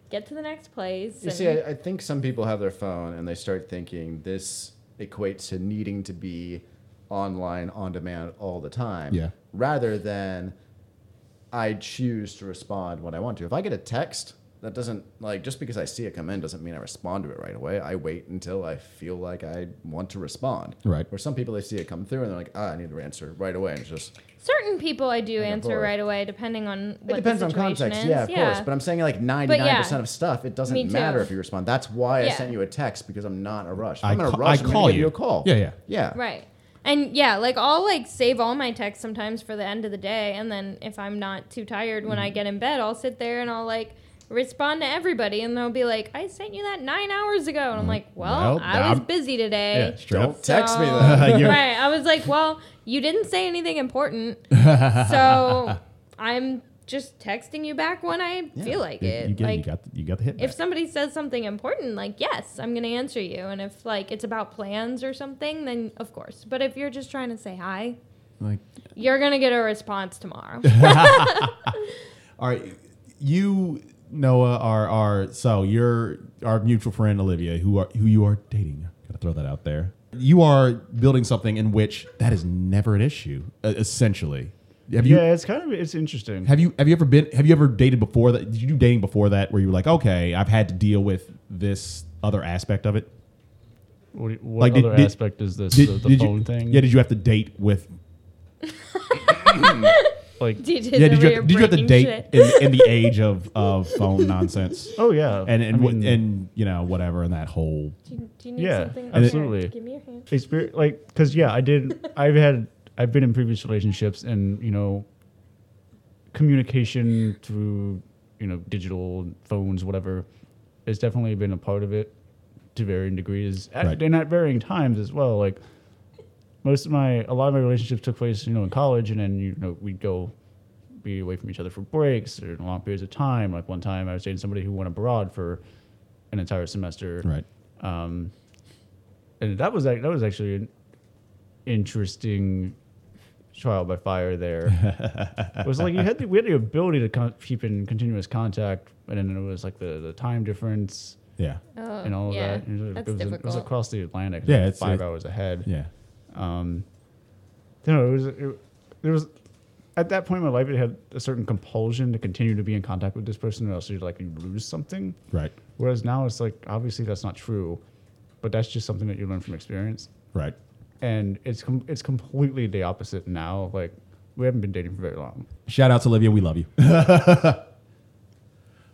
D: get to the next place.
A: you
D: and-
A: see, I, I think some people have their phone and they start thinking this equates to needing to be online, on demand all the time.
B: Yeah.
A: Rather than I choose to respond when I want to. If I get a text, that doesn't like just because I see it come in doesn't mean I respond to it right away. I wait until I feel like I want to respond.
B: Right.
A: Or some people they see it come through and they're like, ah, I need to answer right away. And it's just
D: Certain people I do
A: Like a boy.
D: answer right away, depending on what
A: it depends
D: the
A: on
D: situation
A: context.
D: Is.
A: Yeah, of course. But I'm saying like 99%
D: yeah.
A: of stuff, it
D: Me
A: doesn't
D: too.
A: matter if you respond. That's why I
D: Yeah.
A: sent you a text because I'm not in a rush. If
B: I
A: I'm in a
B: ca-
A: rush.
B: I
A: I am
B: call
A: call you.
B: you.
A: a call.
B: Yeah, yeah.
A: yeah.
D: right. And yeah, like I'll like save all my texts sometimes for the end of the day, and then if I'm not too tired
B: Mm-hmm.
D: when I get in bed, I'll sit there and I'll like respond to everybody, and they'll be like, "I sent you that nine hours ago," and I'm like, "Well,
B: Well,
D: I was
B: Mm-hmm. I'm-
D: busy today."
B: Yeah, straight
A: Don't
B: up.
A: text me
D: So-
A: then.
B: You're-
D: right. I was like, well, you didn't say anything important. so I'm just texting you back when I feel like
B: You,
D: it.
B: you, get, it. you
D: like
B: got the, you got the hit.
D: if
B: back.
D: somebody says something important, like yes, I'm gonna answer you. And if like it's about plans or something, then of course. But if you're just trying to say hi,
B: like,
D: you're gonna get a response tomorrow.
B: all right, you Noah are are so you're our mutual friend Olivia, who are who you are dating. Gotta throw that out there. You are building something in which that is never an issue. e- Essentially, have you
C: yeah, it's kind of it's interesting.
B: Have you have you ever been have you ever dated before that? Did you do dating before that where you were like, okay, I've had to deal with this other aspect of it?
C: What, do you- what
B: Like, did-
C: other
B: did-
C: aspect is this?
B: Did,
C: the the
B: did
C: phone
B: you,
C: thing?
B: Yeah, did you have to date with?
C: like,
D: DJ's
B: Yeah, did
D: over
B: you
D: here
B: have, did you have to
D: breaking
B: date
D: shit.
B: in, in the age of, of phone nonsense?
C: oh yeah,
B: And and,
C: I
B: what-
C: mean,
B: and you know whatever and that whole
D: Do you, do you need
C: Yeah,
D: something?
C: absolutely.
D: Give me your hand.
C: experience like because yeah i did i've had i've been in previous relationships and you know communication through you know digital phones whatever has definitely been a part of it to varying degrees at,
B: Right.
C: and at varying times as well like most of my a lot of my relationships took place you know in college and then you know we'd go be away from each other for breaks or long periods of time like one time i was dating somebody who went abroad for an entire semester
B: right.
C: um, and that was ac- that was actually an interesting trial by fire. There it was like you had the, we had the ability to con- keep in continuous contact, and then it was like the, the time difference
B: Yeah,
D: Oh,
C: and all
D: yeah,
C: of that. And it was-
D: that's
C: it, was, it was
D: difficult.
C: across the Atlantic.
B: Yeah,
C: like
B: it's-
C: five
B: it-
C: hours ahead.
B: yeah.
C: Um, you know, it was it, there was at that point in my life it had a certain compulsion to continue to be in contact with this person, or else you like you lose something.
B: Right.
C: Whereas now it's like obviously that's not true, but that's just something that you learn from experience,
B: Right.
C: and it's com- it's completely the opposite now. Like we haven't been dating for very long.
B: Shout out to Olivia, we love you.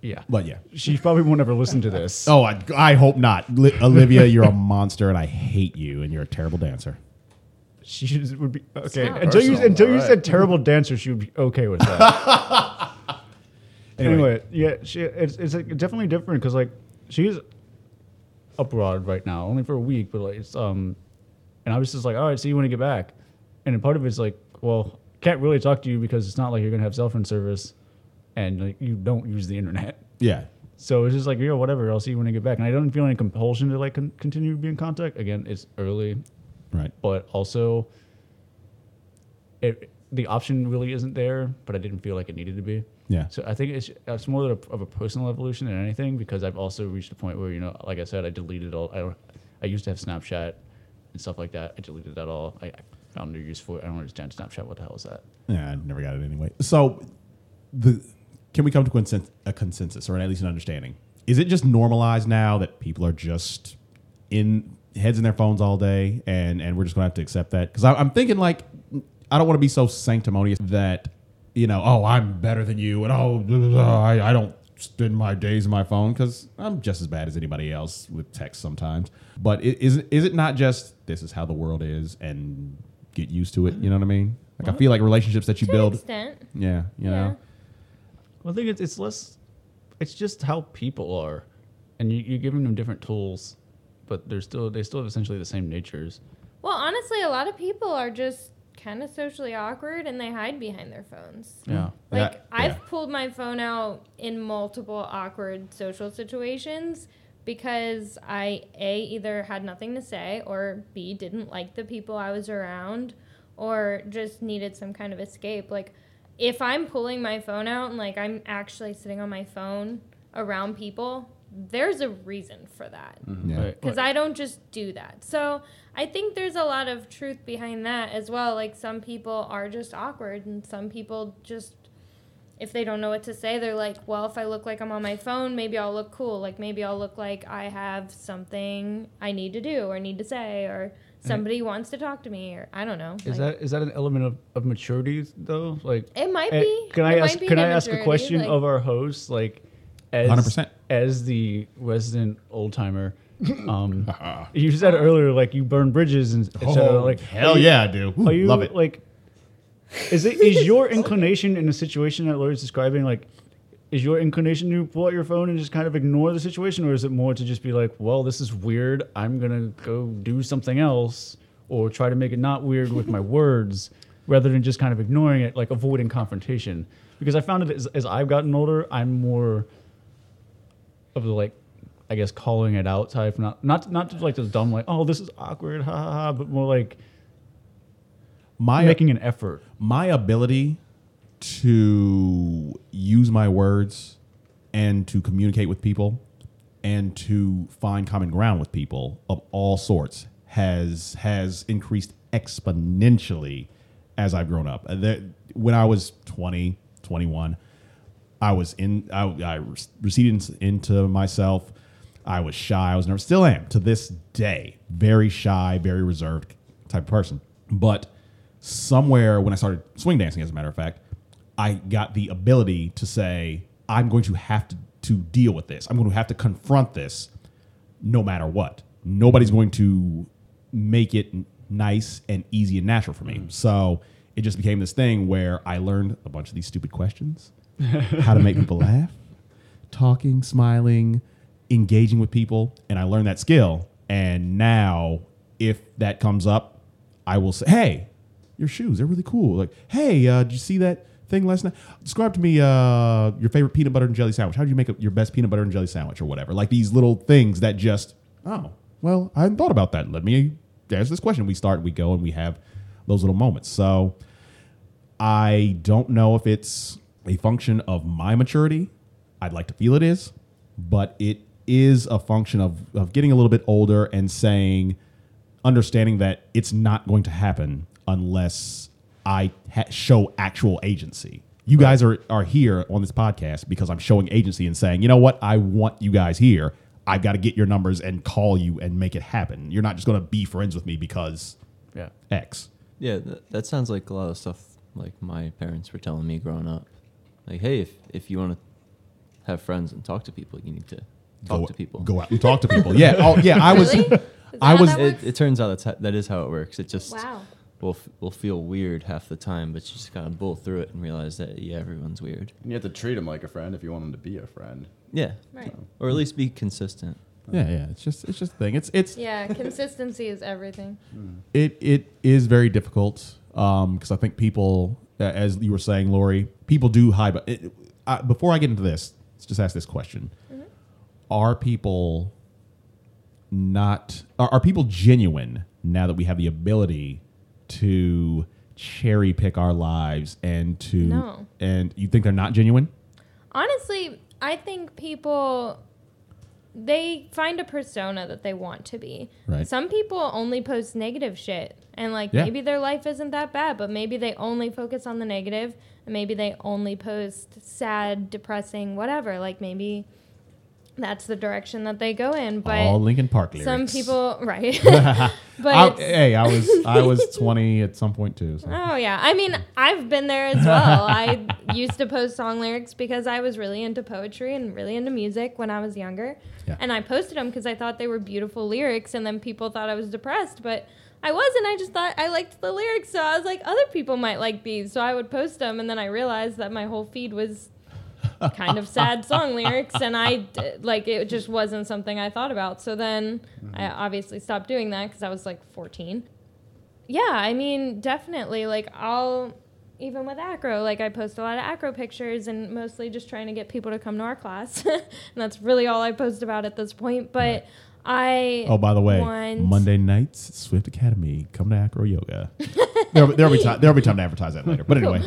C: Yeah,
B: but yeah.
C: she probably won't ever listen to this.
B: Oh, I, I hope not. Li- Olivia, you're a monster and I hate you and you're a terrible dancer.
C: she should, would be okay
D: not
C: until you
A: personal,
C: until you
A: alright.
C: said terrible dancer. She would be okay with that. anyway.
B: Anyway.
C: yeah, she it's it's like definitely different because like she's abroad right now, only for a week, but like it's um, and I was just like, all right, see you when you get back, and then part of it's like, well, can't really talk to you because it's not like you're gonna have cell phone service, and like, you don't use the internet.
B: Yeah.
C: So it's just like, yo, whatever. I'll see you when I get back. And I don't feel any compulsion to like con- continue to be in contact. Again, it's early,
B: Right.
C: but also, it the option really isn't there. But I didn't feel like it needed to be.
B: Yeah.
C: So I think it's it's more of a, of a personal evolution than anything because I've also reached a point where you know, like I said, I deleted all. I don't. I used to have Snapchat and stuff like that. I deleted that all. I, I found no use for it. I don't understand Snapchat. What the hell is that?
B: Yeah, I never got it anyway. So, the can we come to consen- a consensus or at least an understanding? Is it just normalized now that people are just in heads in their phones all day, and and we're just gonna have to accept that? Because I'm thinking like I don't want to be so sanctimonious that you know, oh, I'm better than you, and oh, blah, blah, blah, I, I don't spend my days on my phone because I'm just as bad as anybody else with text sometimes. But i- is is it not just this is how the world is and get used to it? You know what I mean? Like I feel like relationships that you
D: To an
B: build,
D: extent.
B: yeah, you know,
C: Well, I think it's, it's less. It's just how people are, and you, you're giving them different tools, but they're still they still have essentially the same natures.
D: Well, honestly, a lot of people are just kind of socially awkward and they hide behind their phones.
C: Yeah.
D: Like
B: That-
D: I've
B: yeah.
D: pulled my phone out in multiple awkward social situations because I a either had nothing to say or b didn't like the people I was around or just needed some kind of escape. Like if I'm pulling my phone out and like I'm actually sitting on my phone around people, there's a reason for that
B: yeah.
C: Right.
D: because I don't just do that. So I think there's a lot of truth behind that as well. Like some people are just awkward, and some people just, if they don't know what to say, they're like, well, if I look like I'm on my phone, maybe I'll look cool. Like maybe I'll look like I have something I need to do or need to say, or somebody wants to talk to me, or I don't know.
C: Is
D: Like,
C: that is that an element of, of maturity though? Like
D: It might
C: Eh,
D: be.
C: Can I
D: It might
C: ask?
D: be
C: Can
D: an
C: I ask a
D: immaturity,
C: question
D: like-
C: of our host? Like, as
B: 100%.
C: as the resident old timer. Um, you said earlier, like you burn bridges and et cetera,
B: Oh,
C: like
B: hell
C: are you-
B: yeah, I do.
C: Are you
B: Love it.
C: Like, is it is your inclination in the situation that Lori's describing like? Is your inclination to pull out your phone and just kind of ignore the situation, or is it more to just be like, "Well, this is weird. I'm gonna go do something else," or try to make it not weird with my words, rather than just kind of ignoring it, like avoiding confrontation? Because I found it as, as I've gotten older, I'm more of the like, I guess calling it out type, not not not just like those dumb like, "Oh, this is awkward," ha ha ha, but more like
B: my
C: making an effort.
B: my ability to use my words and to communicate with people and to find common ground with people of all sorts has has increased exponentially as I've grown up. Uh, there- when I was 20, 21, I was in I, I rec- receded in- into myself. I was shy. I was nervous. Still am to this day. Very shy, very reserved type of person. But somewhere when I started swing dancing, as a matter of fact, I got the ability to say, "I'm going to have to to deal with this. I'm going to have to confront this, no matter what. Nobody's going to make it n- nice and easy and natural for me." So. It just became this thing where I learned a bunch of these stupid questions how to make people laugh, talking, smiling, engaging with people, and I learned that skill. And now, if that comes up, I will say, "Hey, your shoes—they're really cool." Like, "Hey, uh, did you see that thing last night? Describe to me uh, your favorite peanut butter and jelly sandwich. How did you make a, your best peanut butter and jelly sandwich, or whatever?" Like these little things that just, oh, well, I hadn't thought about that. Let me there's this question. We start, we go, and we have those little moments. So. I don't know if it's a function of my maturity. I'd like to feel it is, but it is a function of, of getting a little bit older and saying, understanding that it's not going to happen unless I ha- show actual agency. You guys are, are here on this podcast because I'm showing agency and saying, you know what? I want you guys here. I've got to get your numbers and call you and make it happen. You're not just going to be friends with me because
C: Yeah.
B: X.
E: Yeah, that, that sounds like a lot of stuff like my parents were telling me growing up. Like, hey, if, if you want to have friends and talk to people, you need to talk
B: go,
E: to people.
B: Go out and talk to people. Yeah. Oh, yeah. I was.
D: Really? Is that
B: I
D: how
B: was.
D: that works?
E: It, it turns out that's how, that is how it works. It just
D: Wow.
E: will f- will feel weird half the time, but you just gotta bull through it and realize that yeah, everyone's weird.
A: And you have to treat them like a friend if you want them to be a friend.
E: Yeah,
D: Right.
E: or
B: Hmm.
E: at least be consistent.
B: Yeah, yeah. It's just. It's just a thing. It's. It's.
D: Yeah, consistency is everything.
B: It. It is very difficult. Um, because I think people, uh, as you were saying, Lori, people do hide. But it, I, before I get into this, let's just ask this question:
D: Mm-hmm.
B: Are people not? Are, are people genuine now that we have the ability to cherry pick our lives and to?
D: No.
B: And you think they're not genuine?
D: Honestly, I think people they find a persona that they want to be.
B: Right.
D: Some people only post negative shit and like
B: Yeah.
D: maybe their life isn't that bad, but maybe they only focus on the negative and maybe they only post sad, depressing, whatever. Like maybe that's the direction that they go in, but
B: All Lincoln Park lyrics. eh,
D: some people right.
B: I-
D: but
B: hey, I was I was twenty at some point too. So.
D: Oh yeah, I mean I've been there as well. I used to post song lyrics because I was really into poetry and really into music when I was younger,
B: Yeah.
D: and I posted them because I thought they were beautiful lyrics, and then people thought I was depressed, but I wasn't. I just thought I liked the lyrics, so I was like, other people might like these, so I would post them, and then I realized that my whole feed was kind of sad song lyrics and i d- like it just wasn't something i thought about so then i obviously stopped doing that because i was like 14 yeah i mean definitely like i'll even with acro like i post a lot of acro pictures and mostly just trying to get people to come to our class and that's really all i post about at this point but i
B: Oh, by the way,
D: want-
B: Monday nights at Swift Academy. Come to Acro Yoga. there'll, there'll be time. There'll be time to advertise that later. But anyway,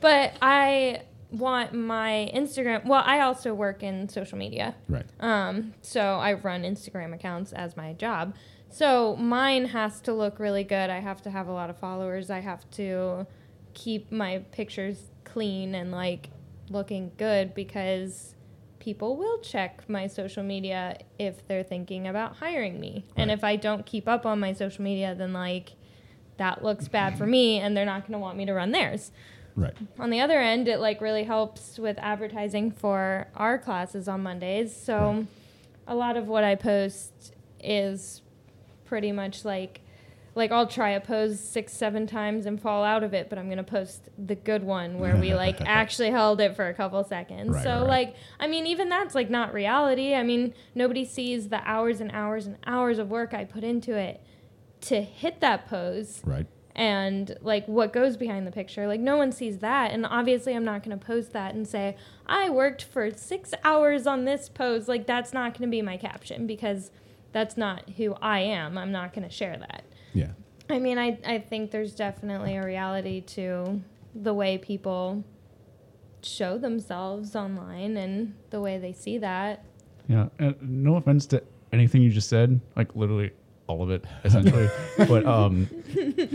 D: but i want my instagram well i also work in social media
B: right.
D: Um, so I run Instagram accounts as my job. So mine has to look really good. I have to have a lot of followers. I have to keep my pictures clean and like looking good because people will check my social media if they're thinking about hiring me. And
B: Right.
D: if I don't keep up on my social media, then like that looks bad for me and they're not going to want me to run theirs
B: Right.
D: on the other end, it like really helps with advertising for our classes on Mondays. So
B: Right.
D: a lot of what I post is pretty much like like I'll try a pose six, seven times and fall out of it, but I'm gonna post the good one where we like actually held it for a couple seconds.
B: Right,
D: so
B: right, right.
D: like I mean, even that's like not reality. I mean, nobody sees the hours and hours and hours of work I put into it to hit that pose
B: Right.
D: and like what goes behind the picture. Like no one sees that, and obviously I'm not going to post that and say I worked for six hours on this pose. Like that's not going to be my caption because that's not who I am. I'm not going to share that.
B: Yeah.
D: I mean, I I think there's definitely a reality to the way people show themselves online and the way they see that.
C: Yeah. And no offense to anything you just said, like literally all of it, essentially. but um,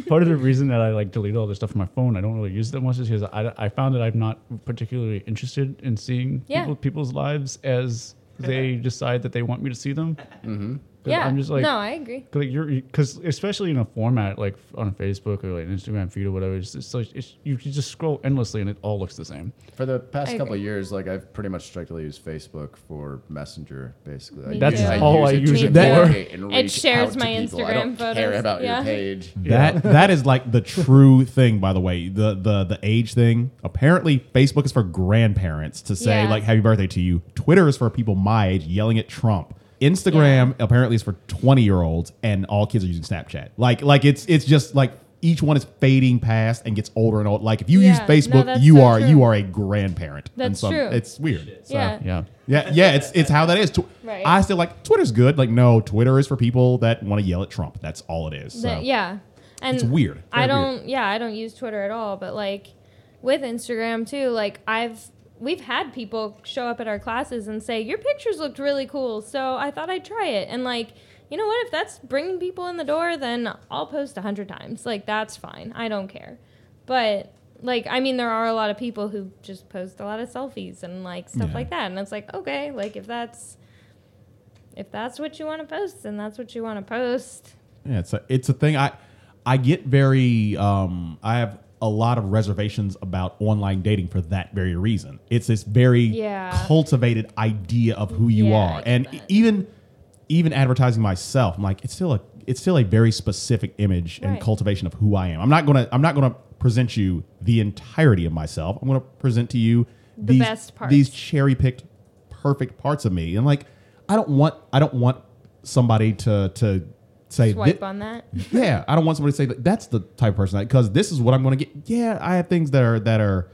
C: part of the reason that I like delete all this stuff from my phone, I don't really use it that much, is because I, I found that I'm not particularly interested in seeing
D: Yeah.
C: people, people's lives as they decide that they want me to see them. Mm-hmm.
D: Yeah.
C: I'm just like,
D: no, I agree.
C: Cause like you're, because especially in a format like on Facebook or like an Instagram feed or whatever, it's, it's like it's, you can just scroll endlessly and it all looks the same.
A: For the past
D: I
A: couple
D: agree.
A: of years, like I've pretty much strictly used Facebook for Messenger, basically.
D: Me
A: I
D: That's
A: use,
C: all I
A: to
C: use it
A: communicate
D: for.
A: and
D: It
A: reach
D: shares
A: out to
D: my
A: people. I don't
D: Instagram
A: Care
D: photos.
A: about
D: Yeah.
A: your page.
B: That that is like the true thing, by the way. The the the age thing. Apparently, Facebook is for grandparents to say
D: Yeah.
B: like "Happy birthday" to you. Twitter is for people my age yelling at Trump. Instagram apparently is for twenty year olds, and all kids are using Snapchat. Like like it's it's just like each one is fading past and gets older and old. Like if you
D: Yeah.
B: use
D: No,
B: Facebook,
D: that's
B: you
D: so
B: are
D: true.
B: you are a grandparent. in
D: That's
B: some-
D: true.
B: It's weird. So.
D: yeah.
C: Yeah.
B: Yeah, yeah, it's it's how that is. Tw-
D: Right.
B: I still like Twitter's good. Like, no, Twitter is for people that want to yell at Trump. That's all it is. So.
D: That- yeah, and
B: It's weird. Very
D: I don't. Yeah, I don't use Twitter at all. But like with Instagram too, like I've we've had people show up at our classes and say your pictures looked really cool, so I thought I'd try it. And like you know what, if that's bringing people in the door, then I'll post a hundred times. Like that's fine. I don't care. But like I mean, there are a lot of people who just post a lot of selfies and like stuff
B: Yeah.
D: like that, and it's like okay, like if that's if that's what you want to post, then that's what you want to post.
B: Yeah, it's a it's a thing. I I get very um I have a lot of reservations about online dating for that very reason. It's this very
D: Yeah.
B: cultivated idea of who you
D: Yeah, I
B: are,
D: get
B: and
D: that.
B: even even advertising myself, I'm like it's still a it's still a very specific image and
D: Right.
B: cultivation of who I am. I'm not gonna I'm not gonna present you the entirety of myself. I'm gonna present to you
D: The
B: these
D: best parts.
B: these cherry picked perfect parts of me and like i don't want i don't want somebody to to say
D: Swipe
B: thi-
D: on that.
B: yeah, I don't want somebody to say that that's the type of person because this is what I'm going to get. Yeah, I have things that are that are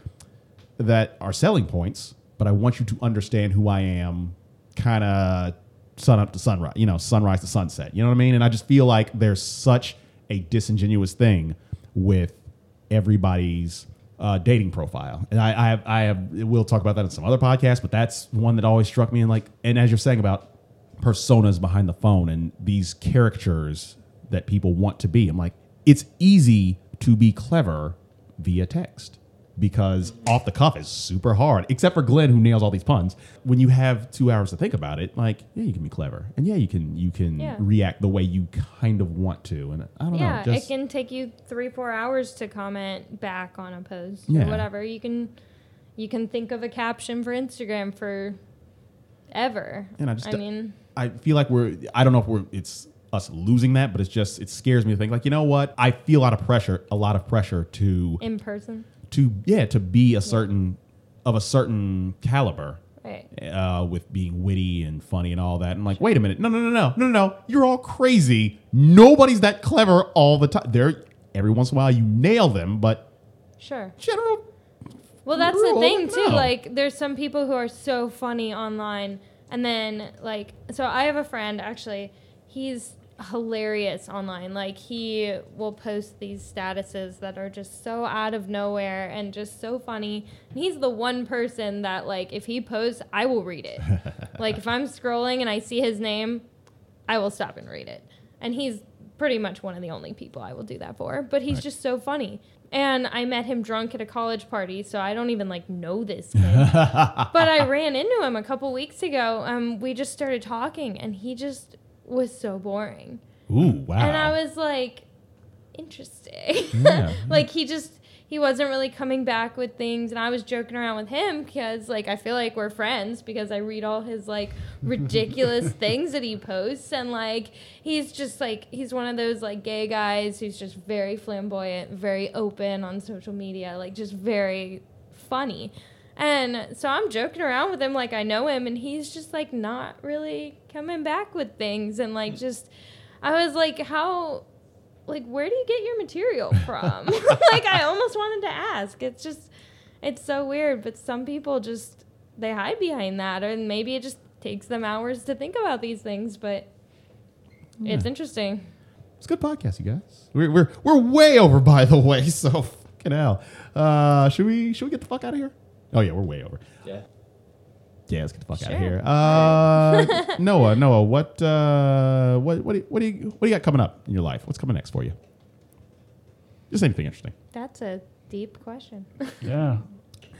B: that are selling points, but I want you to understand who I am, kind of sun up to sunrise, you know, sunrise to sunset. You know what I mean? And I just feel like there's such a disingenuous thing with everybody's uh, dating profile, and I, I have I have we'll talk about that in some other podcast, but that's one that always struck me. And like, and as you're saying about personas behind the phone and these characters that people want to be. I'm like, it's easy to be clever via text because off the cuff is super hard, except for Glenn who nails all these puns. When you have two hours to think about it, like, yeah, you can be clever. And yeah, you can you can
D: Yeah.
B: react the way you kind of want to. And I don't
D: Yeah,
B: know, just
D: it can take you three, four hours to comment back on a post
B: Yeah.
D: or whatever. You can, you can think of a caption for Instagram for ever.
B: And I just
D: I
B: d-
D: mean,
B: I feel like we're I don't know if we're it's us losing that, but it's just it scares me to think like, you know what? I feel a lot of pressure, a lot of pressure to
D: in person,
B: to yeah to be a certain of a certain caliber
D: right?
B: uh, with being witty and funny and all that. I'm like, wait a minute, no, no, no, no, no, no, no, you're all crazy. Nobody's that clever all the time. There, every once in a while you nail them, but
D: Sure.
B: general,
D: Well, that's
B: Rule,
D: the thing too.
B: no.
D: Like, there's some people who are so funny online, and then like, so I have a friend actually. He's hilarious online. Like, he will post these statuses that are just so out of nowhere and just so funny. And he's the one person that like, if he posts, I will read it. like, if I'm scrolling and I see his name, I will stop and read it. And he's pretty much one of the only people I will do that for. But he's just so funny. And I met him drunk at a college party, so I don't even like know this kid. but I ran into him a couple weeks ago. Um, we just started talking, and he just was so boring.
B: ooh, wow.
D: And I was like, interesting.
B: Yeah.
D: like he just he wasn't really coming back with things and I was joking around with him because like I feel like we're friends because I read all his like ridiculous things that he posts and like he's just like he's one of those like gay guys who's just very flamboyant, very open on social media, like just very funny. And so I'm joking around with him like I know him and he's just like not really coming back with things and like just I was like how like where do you get your material from like i almost wanted to ask it's just it's so weird but some people just they hide behind that and maybe it just takes them hours to think about these things but
B: Hmm.
D: it's interesting
B: It's a good podcast, you guys. We're we're, we're way over, by the way. So fucking hell. Uh, should we should we get the fuck out of here? Oh yeah, we're way over.
E: Yeah.
B: Yeah, let's get the fuck out
D: Sure.
B: of here. Uh, Noah, Noah, what uh, what what do you, what do you what do you got coming up in your life? What's coming next for you? Just anything interesting.
D: that's a deep question
F: Yeah.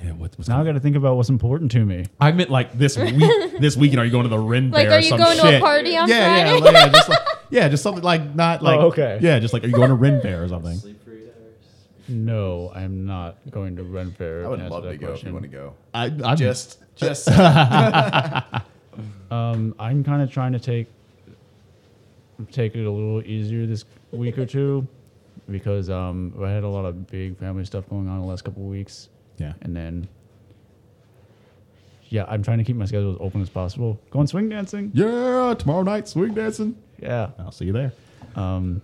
B: Yeah, what, what's
F: Now I got to think about what's important to me.
B: I meant like this week. this weekend, are you going to the Ren
D: Like,
B: Fair
D: are
B: or
D: you
B: some
D: going to a
B: shit?
D: party on
B: yeah,
D: Friday?
B: Yeah, like, yeah, just like, yeah, just something like not like
F: Oh, okay.
B: Yeah, just like are you going to Ren Fair or something?
E: Sleep for eight hours.
F: No.
C: No, I'm not going to run fair.
A: I would
C: and answer
A: love
C: that
A: to go if you
C: question.
A: want to go.
B: I I'm,
A: Just, just.
C: Um, I'm kind of trying to take take it a little easier this week or two because um, I had a lot of big family stuff going on the last couple of weeks,
B: yeah.
C: and then yeah, I'm trying to keep my schedule as open as possible. Going swing dancing,
B: Yeah, tomorrow night swing dancing.
C: yeah,
B: I'll see you there.
C: um,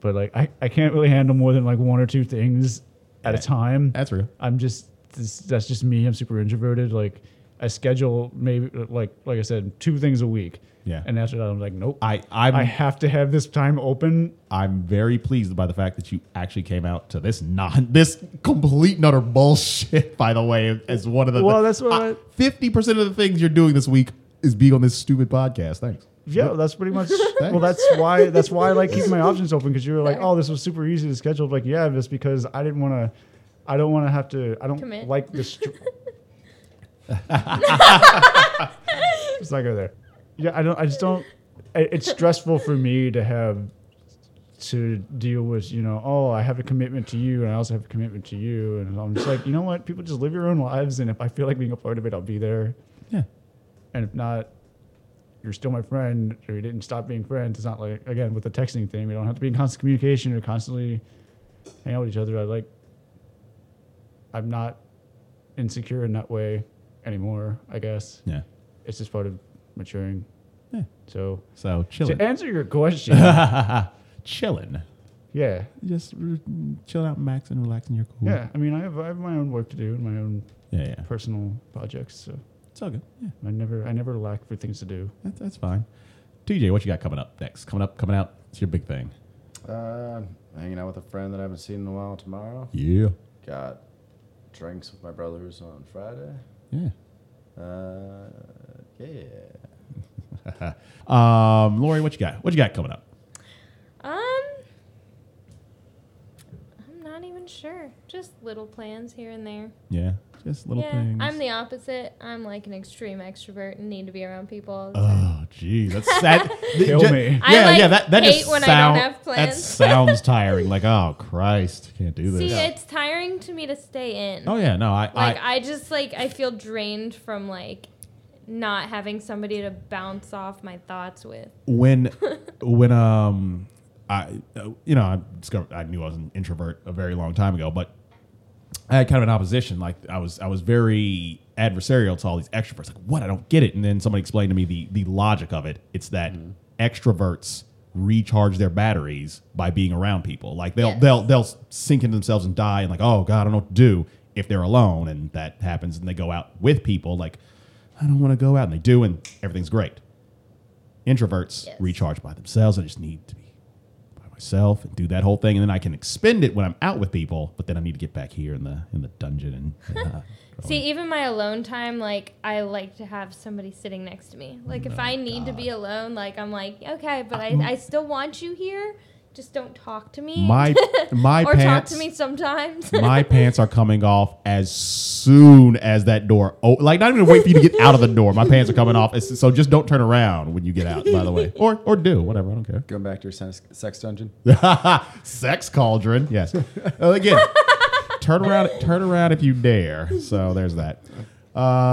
C: but like I, I can't really handle more than like one or two things at a time.
B: That's real.
C: I'm just this, that's just me. I'm super introverted. Like I schedule maybe like like I said two things a week.
B: Yeah.
C: And after that, I'm like, nope.
B: I I'm
C: I have to have this time open.
B: I'm very pleased by the fact that you actually came out to this non this complete and utter bullshit. By the way, as one of the
C: Well, that's what I-
B: fifty percent of the things you're doing this week is being on this stupid podcast. Thanks.
C: Yeah, that's pretty much. well, that's why that's why I like keep my options open because you were like, oh, this was super easy to schedule. I'm Like, yeah, just because I didn't want to. I don't want to have to. I don't
D: Commit.
C: like this. Str- Let's not go there. Yeah, I don't. I just don't. It, it's stressful for me to have to deal with. You know, oh, I have a commitment to you, and I also have a commitment to you, and I'm just like, you know what? People just live your own lives, and if I feel like being a part of it, I'll be there.
B: Yeah.
C: And if not, you're still my friend, or you didn't stop being friends. It's not like again with the texting thing, we don't have to be in constant communication or constantly hang out with each other. I like, I'm not insecure in that way anymore. I guess
B: Yeah.
C: it's just part of maturing So,
B: So
C: to
B: chilling,
C: answer your question,
B: chilling,
C: yeah,
B: just r- chilling out, maxing, relaxing. You're cool.
C: yeah. I mean, I have I have my own work to do and my own
B: yeah, yeah.
C: personal projects. So
B: It's all good. Yeah,
C: I never I never lack for things to do.
B: that, that's fine. TJ, what you got coming up next? Coming up, coming out. It's your big thing.
A: Uh, hanging out with a friend that I haven't seen in a while tomorrow.
B: Yeah,
A: Got drinks with my brothers on Friday.
B: yeah.
A: Uh, yeah.
B: Um, Lori, what you got? What you got coming up?
D: Um, I'm not even sure. Just little plans here and there.
B: Yeah, just little
D: yeah,
B: things.
D: I'm the opposite. I'm like an extreme extrovert and need to be around people all the time.
B: Oh, geez, that's sad.
C: Kill
B: Ju-
C: me.
D: I, like, hate
B: just
D: when I don't have
B: That
D: plans.
B: sounds tiring. Like, oh Christ, can't do this.
D: See, it's tiring to me to stay in.
B: oh yeah, no, I,
D: Like
B: I,
D: I, just like I feel drained from like not having somebody to bounce off my thoughts with.
B: when, when um, I, uh, you know, I discovered I knew I was an introvert a very long time ago, but I had kind of an opposition. Like I was, I was very adversarial to all these extroverts. Like, what? I don't get it. And then somebody explained to me the the logic of it. It's that extroverts recharge their batteries by being around people. Like they'll
D: Yes.
B: they'll they'll sink into themselves and die. And like, oh god, I don't know what to do if they're alone. And that happens. And they go out with people. Like, I don't want to go out. And they do, and everything's great. Introverts
D: Yes.
B: recharge by themselves. I just need to be by myself and do that whole thing, and then I can expend it when I'm out with people. But then I need to get back here in the in the dungeon and. Uh,
D: See, even my alone time, like I like to have somebody sitting next to me. Like
B: Oh
D: if I need to be alone, like I'm like, okay, but I, I still want you here. Just don't talk to me.
B: Mm. my my
D: or
B: pants.
D: talk to me sometimes.
B: my pants are coming off as soon as that door. Oh, like not even wait for you to get out of the door. My pants are coming off. It's- So just don't turn around when you get out. By the way, or or do whatever. I don't care.
A: Going back to your sex, sex dungeon.
B: Sex cauldron. Yes. Uh, again, turn around. Turn around if you dare. So there's that.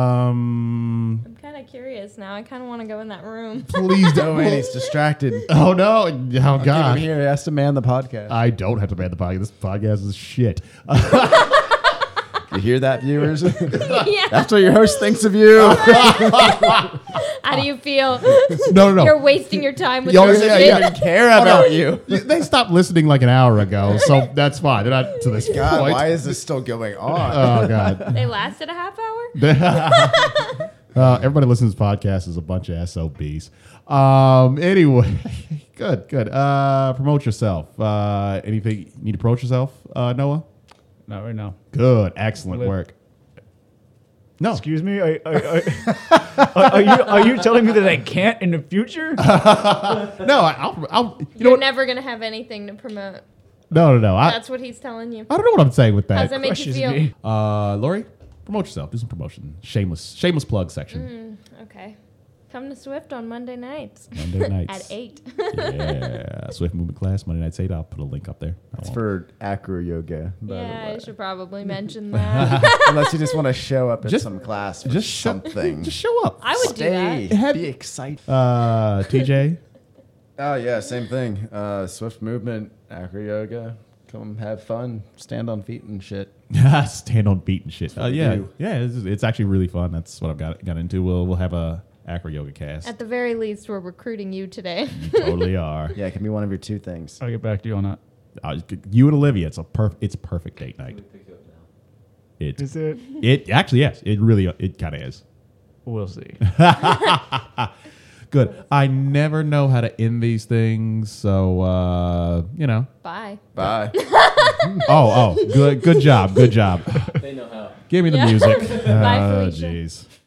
B: Um,
D: I'm kind of curious now. I kind of want to go in that room.
B: please
A: No, and
B: don't.
A: he's distracted.
B: Oh no! Oh
A: I'm
B: god!
A: here. He has to man the podcast.
B: I don't have to ban the podcast. This podcast is shit. Uh,
A: you hear that, viewers? That's
D: yeah.
A: what your host thinks of you.
D: How do you feel?
B: No, no, no.
D: You're wasting your time with
B: Y'all-
D: your
B: yeah,
D: shit.
B: yeah.
A: care
B: Oh, no.
A: about you.
B: They stopped listening like an hour ago, so that's fine. They're not to this
A: God,
B: point.
A: why is this still going on?
B: Oh god!
D: They lasted a half hour.
B: Uh, everybody listens to this podcast is a bunch of SOBs. Um, anyway, good, good. Uh, promote yourself. Uh, anything you need to promote yourself, uh, Noah?
C: Not right now.
B: Good, excellent
C: Lit.
B: work. No,
C: Excuse me. Are, are, are, are, are you are you telling me that I can't in the future?
B: no, I, I'll, I'll, you know
D: You're
B: what?
D: never gonna have anything to promote.
B: No, no, no. I,
D: That's what he's telling you.
B: I don't know what I'm saying with
D: How does
B: that.
D: that make you
C: Crushes
D: feel?
C: me.
B: Uh, Lori, promote yourself. Do some promotion. Shameless, shameless plug section.
D: Okay. Come to Swift on Monday nights
B: Monday nights
D: Mm. at eight.
B: yeah, Swift Movement class Monday nights eight. I'll put a link up there. I
A: It's
B: won't.
A: for acro yoga. By
D: yeah,
A: the
D: I
A: way.
D: should probably mention that.
A: Unless you just want to show up at
B: Just-
A: some class for
B: just show-
A: something.
B: just show up.
D: I would
A: Stay.
D: do that.
A: Be excited.
B: Uh, TJ,
A: Oh yeah, same thing. Uh, swift movement, acro yoga. Come have fun. Stand on feet and shit.
B: stand on beat and shit. Uh,
A: we
B: yeah,
A: do.
B: yeah. It's, it's actually really fun. That's what I've got got into. We'll we'll have a acro yoga cast.
D: At the very least, we're recruiting you today.
B: You totally are.
A: Yeah, it can be one of your two things.
C: I'll get back to you on that.
B: Uh, you and Olivia. It's a perf- It's perfect date night. It's
C: Is it?
B: it actually yes. It really it kind of is.
C: We'll see.
B: Good. I never know how to end these things, so uh, you know.
D: Bye.
A: Bye.
B: Oh, oh, good, good job, good job.
E: They know how.
B: Give me the
D: Yeah.
B: music.
D: Bye,
B: Oh,
D: Felicia.
B: jeez.